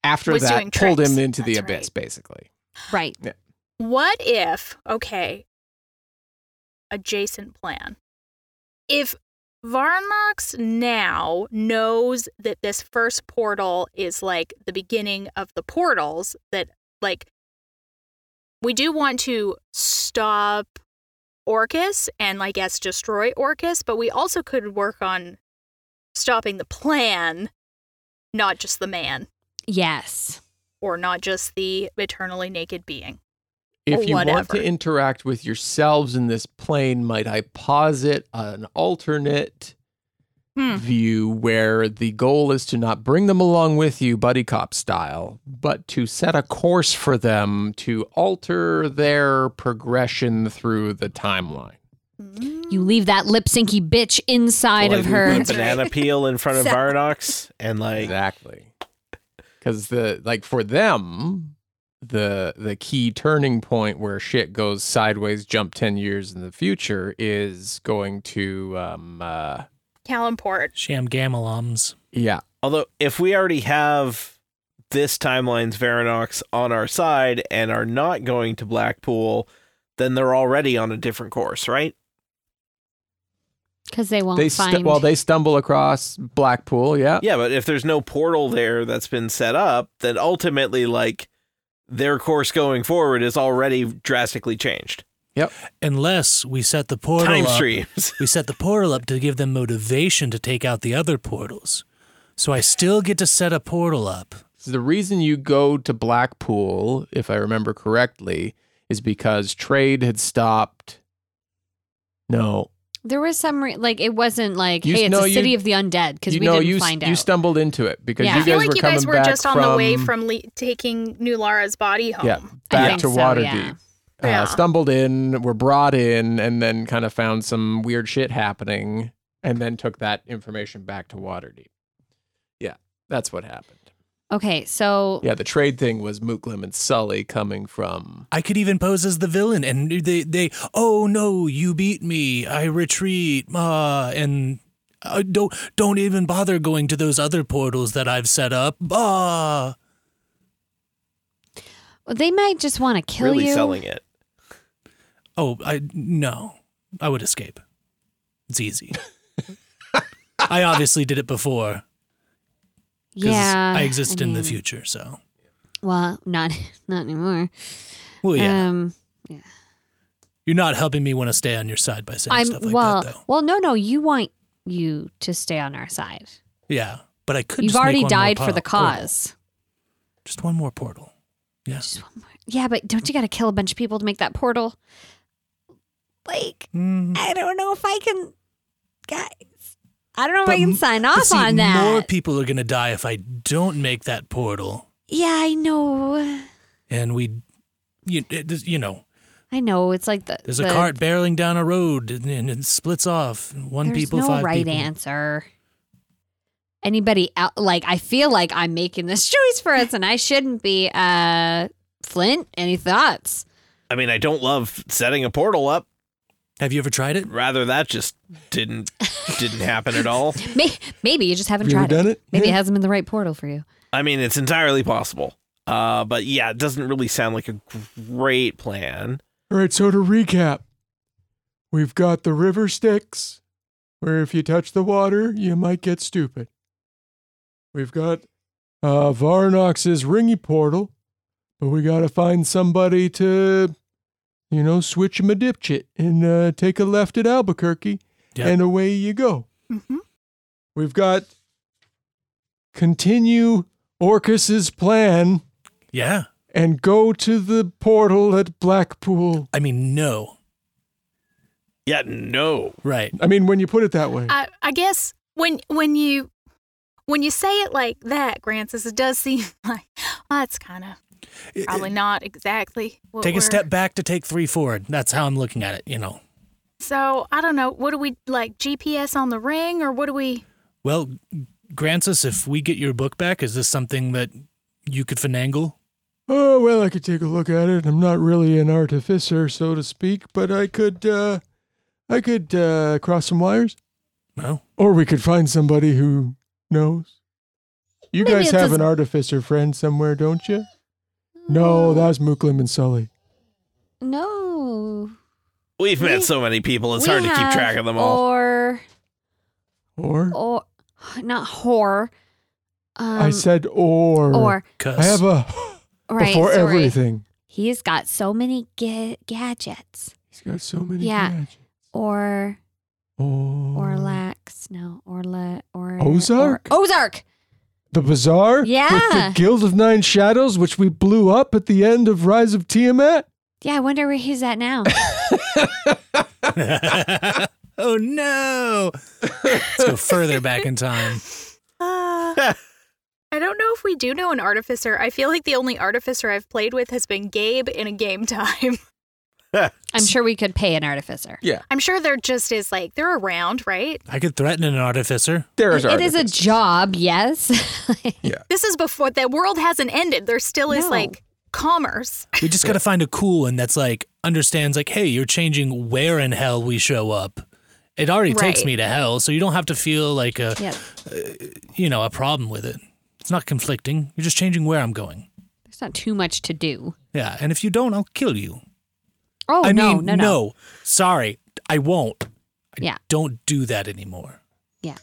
Speaker 1: after
Speaker 7: Was doing
Speaker 1: that pulled
Speaker 7: tricks.
Speaker 1: him into the
Speaker 7: That's right.
Speaker 1: abyss, basically.
Speaker 3: right.
Speaker 7: What if, okay, adjacent plan. If Varnox now knows that this first portal is like the beginning of the portals, that like we do want to stop Orcus and I guess destroy Orcus, but we also could work on stopping the plan, not just the man
Speaker 3: Yes.
Speaker 7: or not just the eternally naked being.
Speaker 1: If
Speaker 7: Or
Speaker 1: you want to
Speaker 7: whatever.
Speaker 1: interact with yourselves in this plane, might I posit an alternate
Speaker 7: Hmm.
Speaker 1: view where the goal is to not bring them along with you, buddy cop style, but to set a course for them to alter their progression through the timeline.
Speaker 3: You leave that lip syncy bitch inside
Speaker 1: Well,
Speaker 3: of
Speaker 1: I do
Speaker 3: her.
Speaker 2: A banana peel in front of Varnox and like
Speaker 1: Exactly. Cuz the like for them the the key turning point where shit goes sideways jump 10 years in the future is going to um uh
Speaker 7: Calumport.
Speaker 6: Sham gamalums.
Speaker 1: yeah
Speaker 2: Although, if we already have this timeline's Varanox on our side and are not going to Blackpool, then they're already on a different course, right?
Speaker 3: Because they won't
Speaker 1: they
Speaker 3: find.
Speaker 1: stu- well they stumble across Blackpool
Speaker 6: Uh,
Speaker 1: yeah
Speaker 2: Yeah, but if there's no portal there that's been set up, then ultimately, like, their course going forward is already drastically changed.
Speaker 6: Unless we set the portal
Speaker 2: Time
Speaker 6: up.
Speaker 2: streams.
Speaker 6: We set the portal up to give them motivation to take out the other portals. So I still get to set a portal up.
Speaker 1: So the reason you go to Blackpool, if I remember correctly, is because trade had stopped. No,
Speaker 3: there was some re- like it wasn't like
Speaker 1: You-
Speaker 3: hey, it's
Speaker 1: no,
Speaker 3: a
Speaker 1: you-
Speaker 3: city of the undead because
Speaker 1: you
Speaker 3: we
Speaker 1: know
Speaker 3: didn't
Speaker 1: you s-
Speaker 3: find out.
Speaker 1: you stumbled into it because
Speaker 3: Yeah.
Speaker 1: you
Speaker 7: I feel
Speaker 1: guys
Speaker 7: like
Speaker 1: were
Speaker 7: you
Speaker 1: coming
Speaker 7: guys were
Speaker 1: back
Speaker 7: just on
Speaker 1: from,
Speaker 7: the way from le- taking New Lara's body home.
Speaker 1: yeah
Speaker 3: I
Speaker 1: back
Speaker 3: think
Speaker 1: to
Speaker 3: so, yeah.
Speaker 1: Waterdeep. Uh,
Speaker 7: Yeah.
Speaker 1: Stumbled in, were brought in, and then kind of found some weird shit happening, and then took that information back to Waterdeep. Yeah, that's what happened.
Speaker 3: okay, so
Speaker 1: Yeah, the trade thing was Mooklim and Sully coming from
Speaker 6: I could even pose as the villain, and they they oh no, you beat me, I retreat, uh, and uh, don't don't even bother going to those other portals that I've set up. Ah,
Speaker 3: they might just want to kill
Speaker 2: really
Speaker 3: you.
Speaker 2: selling it.
Speaker 6: oh I no, I would escape. It's easy. I obviously did it before because
Speaker 3: yeah,
Speaker 6: I exist in the
Speaker 3: mean,
Speaker 6: future. So
Speaker 3: Well, not not anymore.
Speaker 6: well, yeah,
Speaker 3: Um, yeah.
Speaker 6: You're not helping me want to stay on your side by saying
Speaker 3: I'm
Speaker 6: stuff like
Speaker 3: well,
Speaker 6: that, though.
Speaker 3: well, no, no. You want you to stay on our side.
Speaker 6: Yeah, but I could.
Speaker 3: You've
Speaker 6: just make
Speaker 3: already
Speaker 6: one more
Speaker 3: died for
Speaker 6: po-
Speaker 3: the
Speaker 6: portal.
Speaker 3: cause.
Speaker 6: Just one more portal. Yes.
Speaker 3: Just one more. Yeah, but don't you got to kill a bunch of people to make that portal? Like,
Speaker 6: Mm-hmm.
Speaker 3: I don't know if I can, guys. I don't know if
Speaker 6: But
Speaker 3: I can
Speaker 6: m-
Speaker 3: sign
Speaker 6: But
Speaker 3: off
Speaker 6: see,
Speaker 3: on that.
Speaker 6: More people are gonna die if I don't make that portal,
Speaker 3: yeah, I know.
Speaker 6: and we, you, it, you know,
Speaker 3: I know. It's like the
Speaker 6: there's a
Speaker 3: the-
Speaker 6: cart barreling down a road and, and it splits off. One
Speaker 3: There's
Speaker 6: people,
Speaker 3: no
Speaker 6: five
Speaker 3: right
Speaker 6: people.
Speaker 3: answer. Anybody out? Like, I feel like I'm making this choice for us, and I shouldn't be. Uh, Flint, any thoughts?
Speaker 2: I mean, I don't love setting a portal up.
Speaker 6: Have you ever tried it?
Speaker 2: Rather, that just didn't didn't happen at all.
Speaker 3: May- maybe you just haven't
Speaker 5: Have you ever
Speaker 3: tried it.
Speaker 5: done it?
Speaker 3: Maybe it
Speaker 5: Yeah.
Speaker 3: hasn't been the right portal for you.
Speaker 2: I mean, it's entirely possible. Uh, but yeah, it doesn't really sound like a great plan.
Speaker 5: All right, so to recap, we've got the river Styx, where if you touch the water, you might get stupid. We've got uh, Varnox's ringy portal, but we got to find somebody to, you know, switch him a dipchit and uh, take a left at Albuquerque,
Speaker 6: Yeah.
Speaker 5: and away you go.
Speaker 7: Mm-hmm.
Speaker 5: We've got continue Orcus's plan
Speaker 6: Yeah.
Speaker 5: and go to the portal at Blackpool.
Speaker 6: I mean, no.
Speaker 2: Yeah, no.
Speaker 6: Right.
Speaker 5: I mean, when you put it that way.
Speaker 7: I, I guess when when you when you say it like that, Grancis, it does seem like well, that's kind of probably not exactly. What
Speaker 6: Take a
Speaker 7: we're-
Speaker 6: step back to take three forward. That's how I'm looking at it. You know.
Speaker 7: So I don't know. What do we like GPS on the ring, or what do we?
Speaker 6: Well, Grancis, if we get your book back, is this something that you could finagle?
Speaker 5: Oh, well, I could take a look at it. I'm not really an artificer, so to speak, but I could, uh, I could, uh, cross some wires.
Speaker 6: No.
Speaker 5: Or we could find somebody who knows. You
Speaker 3: Maybe
Speaker 5: guys
Speaker 3: it's
Speaker 5: have
Speaker 3: as-
Speaker 5: an artificer friend somewhere, don't you? No, that was Muklim and Sully.
Speaker 3: no.
Speaker 2: We've
Speaker 3: We-
Speaker 2: met so many people, it's
Speaker 3: We
Speaker 2: hard to keep
Speaker 3: have
Speaker 2: track of them all.
Speaker 3: Or
Speaker 5: Or?
Speaker 3: or not horror. Um,
Speaker 5: I said or.
Speaker 3: or
Speaker 6: Cuss.
Speaker 5: I have a
Speaker 3: right
Speaker 5: before
Speaker 3: sorry.
Speaker 5: everything.
Speaker 3: He's got so many ga- gadgets.
Speaker 5: He's got so many
Speaker 3: Yeah.
Speaker 5: gadgets.
Speaker 3: Or
Speaker 5: Or.
Speaker 3: or lax. No. Or la, or
Speaker 5: Mm. Ozark?
Speaker 3: or- Ozark.
Speaker 5: The bazaar? With
Speaker 3: Yeah.
Speaker 5: the Guild of Nine Shadows, which we blew up at the end of Rise of Tiamat?
Speaker 3: Yeah, I wonder where he's at now.
Speaker 6: oh no. Let's go further back in time.
Speaker 7: Uh, I don't know if we do know an artificer. I feel like the only artificer I've played with has been Gabe in a game time.
Speaker 3: I'm sure we could pay an artificer.
Speaker 7: I'm sure there just is like they're around, right?
Speaker 6: I could threaten an artificer.
Speaker 4: There is
Speaker 3: It is a
Speaker 4: artifices.
Speaker 3: job, yes.
Speaker 7: This is before the world hasn't ended. There still is
Speaker 3: No.
Speaker 7: like commerce.
Speaker 6: We just got to find a cool one that's like understands like, hey, you're changing where in hell we show up. It already takes
Speaker 7: Right.
Speaker 6: me to hell, so you don't have to feel like a
Speaker 3: yeah.
Speaker 6: you know a problem with it. It's not conflicting. You're just changing where I'm going.
Speaker 3: There's not too much to do.
Speaker 6: Yeah, and if you don't, I'll kill you.
Speaker 3: Oh
Speaker 6: I
Speaker 3: no,
Speaker 6: mean,
Speaker 3: no, no.
Speaker 6: Sorry, I won't.
Speaker 3: Yeah.
Speaker 6: Don't do that anymore
Speaker 3: Yeah.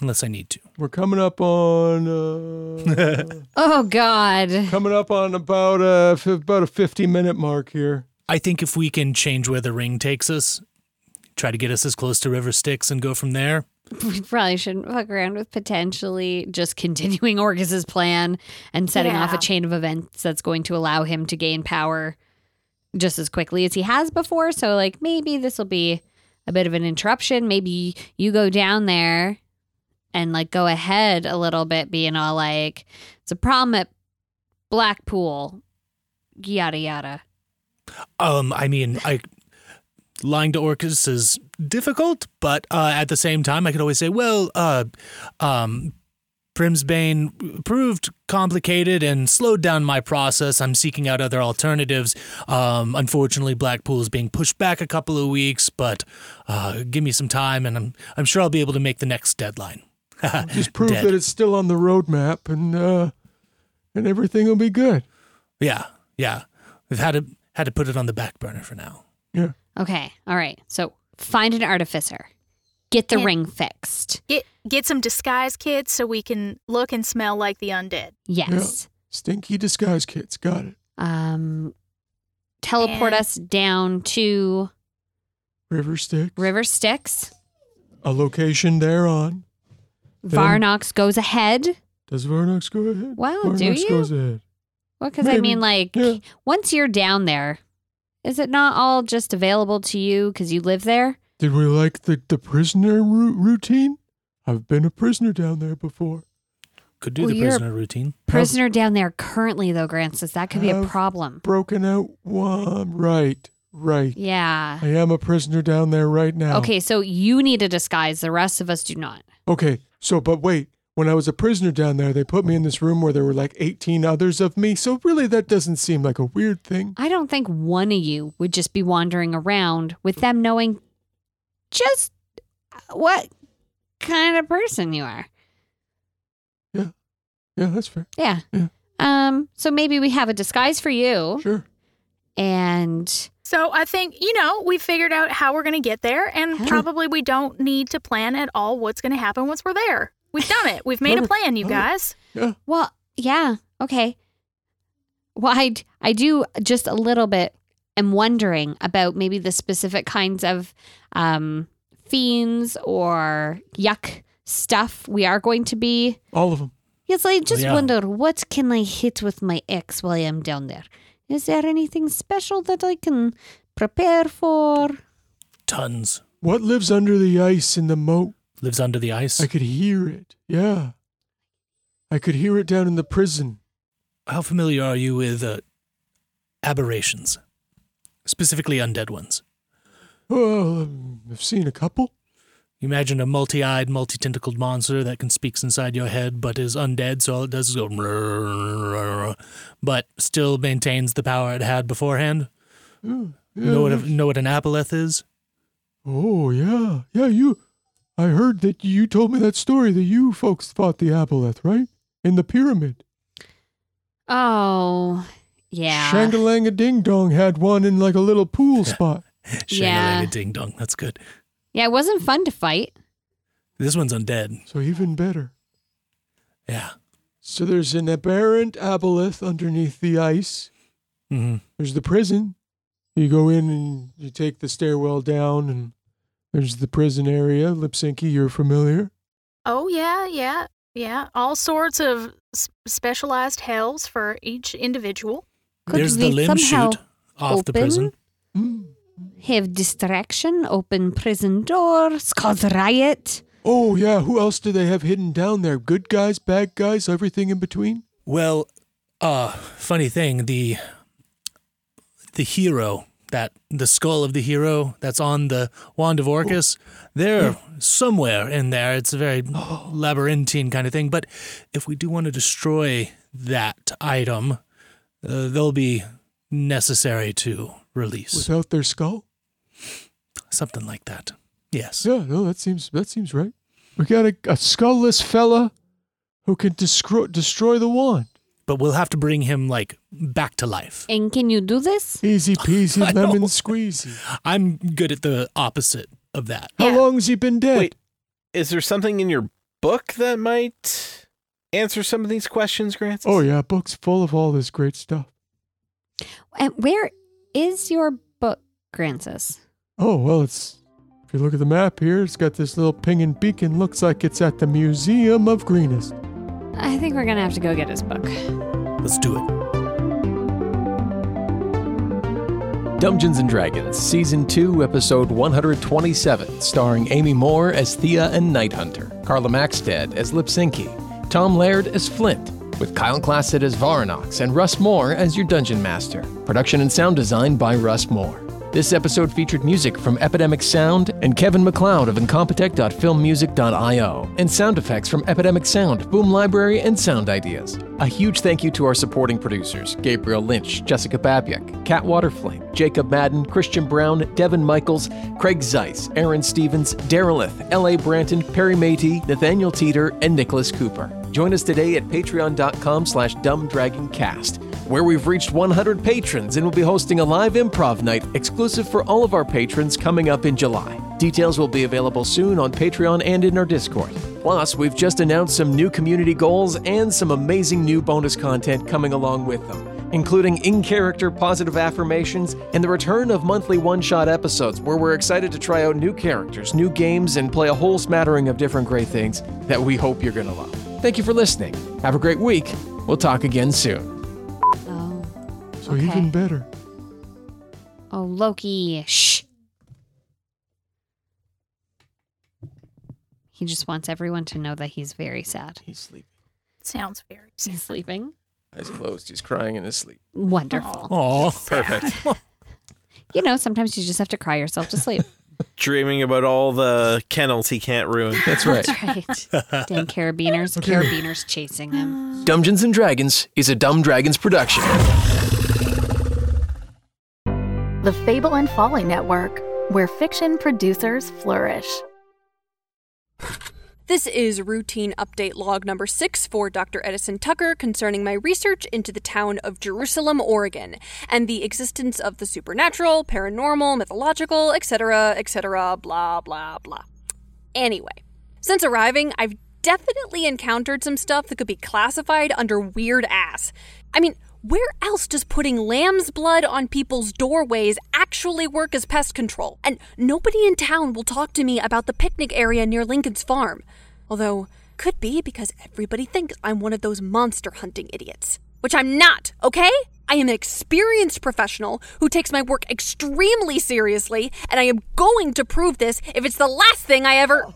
Speaker 6: unless I need to.
Speaker 5: We're coming up on uh,
Speaker 3: Oh god.
Speaker 5: coming up on about a f- about a fifty minute mark here.
Speaker 6: I think if we can change where the ring takes us, try to get us as close to River Styx and go from there.
Speaker 3: we probably shouldn't fuck around with potentially just continuing Orcus's plan and setting off a
Speaker 7: Yeah.
Speaker 3: chain of events that's going to allow him to gain power just as quickly as he has before. So like maybe this will be a bit of an interruption. Maybe you go down there and like go ahead a little bit, being all like, it's a problem at Blackpool, yada yada.
Speaker 6: Um, I mean, I lying to Orcus is difficult, but uh, at the same time, I could always say, well, uh, um, Brimsbane proved complicated and slowed down my process. I'm seeking out other alternatives. Um, unfortunately, Blackpool is being pushed back a couple of weeks, but uh, give me some time, and I'm I'm sure I'll be able to make the next deadline.
Speaker 5: Just prove
Speaker 6: Dead.
Speaker 5: that it's still on the roadmap, and uh, and everything will be good.
Speaker 6: Yeah, yeah. We've had to had to put it on the back burner for now.
Speaker 5: Yeah,
Speaker 3: Okay. All right. So find an artificer. Get the
Speaker 7: Yeah.
Speaker 3: ring fixed.
Speaker 7: Get get some disguise kits so we can look and smell like the undead.
Speaker 3: Yes.
Speaker 5: stinky disguise kits. Got it.
Speaker 3: um teleport
Speaker 7: And-
Speaker 3: us down to
Speaker 5: River Styx.
Speaker 3: River Styx.
Speaker 5: A location thereon. Then-
Speaker 3: Varnox goes ahead.
Speaker 5: Does Varnox go ahead?
Speaker 3: Wow,
Speaker 5: Varnox
Speaker 3: do you?
Speaker 5: goes ahead.
Speaker 3: Well, because I
Speaker 5: Maybe.
Speaker 3: mean, like,
Speaker 5: Yeah.
Speaker 3: once you're down there, is it not all just available to you because you live there?
Speaker 5: Did we like the, the prisoner ru- routine? I've been a prisoner down there before.
Speaker 6: Could do
Speaker 3: Well,
Speaker 6: the
Speaker 3: you're-
Speaker 6: prisoner routine.
Speaker 3: Prisoner down there currently, though, Grancis, that could be a
Speaker 5: Have-
Speaker 3: problem.
Speaker 5: Broken out one. Right, right.
Speaker 3: Yeah.
Speaker 5: I am a prisoner down there right now.
Speaker 3: Okay, so you need a disguise. The rest of us do not.
Speaker 5: Okay, so, but wait. When I was a prisoner down there, they put me in this room where there were like 18 others of me. So, really, that doesn't seem like a weird thing.
Speaker 3: I don't think one of you would just be wandering around with them knowing just what kind of person you are.
Speaker 5: Yeah, that's fair.
Speaker 3: Yeah.
Speaker 5: Yeah.
Speaker 3: Um, so maybe we have a disguise for you
Speaker 5: Sure.
Speaker 3: and
Speaker 7: So I think, you know, we figured out how we're going to get there, and
Speaker 3: Yeah.
Speaker 7: probably we don't need to plan at all what's going to happen once we're there. We've done it. We've made a
Speaker 3: Oh,
Speaker 5: Perfect.
Speaker 7: plan, you
Speaker 5: Perfect.
Speaker 7: guys.
Speaker 5: Yeah.
Speaker 3: well, yeah, okay. Well, I d- I do just a little bit am wondering about maybe the specific kinds of um fiends or yuck stuff we are going to be
Speaker 5: All of them.
Speaker 3: Yes, I just
Speaker 6: Yeah.
Speaker 3: wonder what can I hit with my axe while I'm down there. Is there anything special that I can prepare for?
Speaker 6: Tons
Speaker 5: What lives under the ice in the moat?
Speaker 6: lives under the ice.
Speaker 5: I could hear it. Yeah. I could hear it down in the prison.
Speaker 6: How familiar are you with uh, aberrations, specifically undead ones?
Speaker 5: Oh, um, I've seen a couple.
Speaker 6: You imagine a multi-eyed, multi-tentacled monster that can speaks inside your head, but is undead, so all it does is go, but still maintains the power it had beforehand.
Speaker 5: Yeah, yeah,
Speaker 6: Know what, a,
Speaker 5: that's-
Speaker 6: know what an aboleth is?
Speaker 5: Oh, yeah. Yeah, you. I heard that you told me that story that you folks fought the Aboleth, right? In the pyramid.
Speaker 3: Oh, yeah.
Speaker 5: Shangalanga Ding Dong had one in like a little pool spot.
Speaker 3: Yeah.
Speaker 6: Shangalanga ding dong. That's good.
Speaker 3: yeah, it wasn't fun to fight.
Speaker 6: This one's undead.
Speaker 5: So even better.
Speaker 6: Yeah.
Speaker 5: So there's an aberrant Aboleth underneath the ice.
Speaker 6: hmm
Speaker 5: There's the prison. You go in and you take the stairwell down, and there's the prison area. Lipsinki, you're familiar.
Speaker 7: Oh, yeah, yeah, yeah. All sorts of s- specialized hells for each individual.
Speaker 3: Could
Speaker 6: There's the
Speaker 3: we
Speaker 6: limb
Speaker 3: somehow
Speaker 6: shoot off the
Speaker 3: open?
Speaker 6: prison.
Speaker 5: Mm.
Speaker 3: have distraction, open prison doors, cause riot?
Speaker 5: Oh, yeah. Who else do they have hidden down there? Good guys, bad guys, everything in between?
Speaker 6: Well, uh, funny thing, the the hero that the skull of the hero that's on the wand of Orcus, they're somewhere in there. It's a very labyrinthine kind of thing. But if we do want to destroy that item, uh, they'll be necessary to release
Speaker 5: Without their skull?
Speaker 6: something like that. Yes.
Speaker 5: Yeah, no, that seems that seems right. We got a, a skullless fella who can destroy destroy the wand.
Speaker 6: But we'll have to bring him like back to life.
Speaker 3: And can you do this?
Speaker 5: Easy
Speaker 6: I
Speaker 5: peasy,
Speaker 6: know.
Speaker 5: lemon squeezy.
Speaker 6: I'm good at the opposite of that.
Speaker 5: How
Speaker 7: Yeah.
Speaker 5: long's he been dead?
Speaker 2: Wait. Is there something in your book that might answer some of these questions, Grant?
Speaker 5: Oh yeah, book's full of all this great stuff.
Speaker 3: And where is your book, Grancis?
Speaker 5: Oh, well, it's. If you look at the map here, it's got this little pinging beacon. Looks like it's at the Museum of Greenest.
Speaker 3: I think we're going to have to go get his book.
Speaker 6: Let's do it.
Speaker 4: Dungeons and Dragons, Season 2, Episode 127, starring Amy Moore as Thea and Night Hunter, Carla Maxted as Lipsinki, Tom Laird as Flint, with Kyle Classett as Varanox, and Russ Moore as your Dungeon Master. Production and sound design by Russ Moore. This episode featured music from Epidemic Sound and Kevin McLeod of incompetech.filmmusic.io, and sound effects from Epidemic Sound, Boom Library, and Sound Ideas. A huge thank you to our supporting producers Gabriel Lynch, Jessica Babiak, Kat Waterflame, Jacob Madden, Christian Brown, Devin Michaels, Craig Zeiss, Aaron Stevens, Darylith, L.A. Branton, Perry Matey, Nathaniel Teeter, and Nicholas Cooper. Join us today at patreon.com slash dumbdragoncast, where we've reached 100 patrons and we'll be hosting a live improv night exclusive for all of our patrons coming up in July. Details will be available soon on Patreon and in our Discord. Plus, we've just announced some new community goals and some amazing new bonus content coming along with them,
Speaker 1: including in character positive affirmations and the return of monthly one shot episodes where we're excited to try out new characters, new games, and play a whole smattering of different great things that we hope you're going to love. Thank you for listening. Have a great week. We'll talk again soon.
Speaker 3: Oh.
Speaker 5: So even
Speaker 3: Okay.
Speaker 5: better.
Speaker 3: Oh, Loki. Shh. He just wants everyone to know that he's very sad.
Speaker 1: He's sleeping.
Speaker 8: Sounds very
Speaker 3: He's sleeping.
Speaker 1: Eyes closed. He's crying in his sleep.
Speaker 3: Wonderful.
Speaker 6: Oh,
Speaker 2: Perfect.
Speaker 3: You know, sometimes you just have to cry yourself to sleep.
Speaker 2: Dreaming about all the kennels he can't ruin.
Speaker 1: That's right.
Speaker 3: That's right. Damn carabiners.
Speaker 5: Okay.
Speaker 3: Carabiners chasing him.
Speaker 1: Dungeons and Dragons is a Dumb Dragons production.
Speaker 7: The Fable and Folly Network, where fiction producers flourish.
Speaker 9: This is routine update log number six for Dr. Edison Tucker concerning my research into the town of Jerusalem, Oregon, and the existence of the supernatural, paranormal, mythological, etc., etc., blah, blah, blah. Anyway, since arriving, I've definitely encountered some stuff that could be classified under weird ass. I mean, where else does putting lamb's blood on people's doorways actually work as pest control? And nobody in town will talk to me about the picnic area near Lincoln's farm. Although, could be because everybody thinks I'm one of those monster hunting idiots. Which I'm not, okay? I am an experienced professional who takes my work extremely seriously, and I am going to prove this if it's the last thing I ever.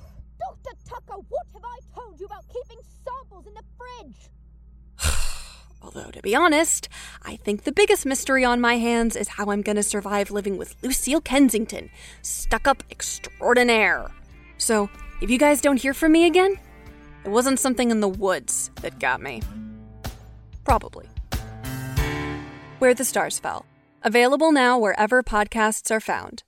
Speaker 10: Dr. Tucker, what have I told you about keeping samples in the fridge?
Speaker 9: Although, to be honest, I think the biggest mystery on my hands is how I'm going to survive living with Lucille Kensington, stuck up extraordinaire. So, if you guys don't hear from me again, it wasn't something in the woods that got me. Probably. Where the Stars Fell. Available now wherever podcasts are found.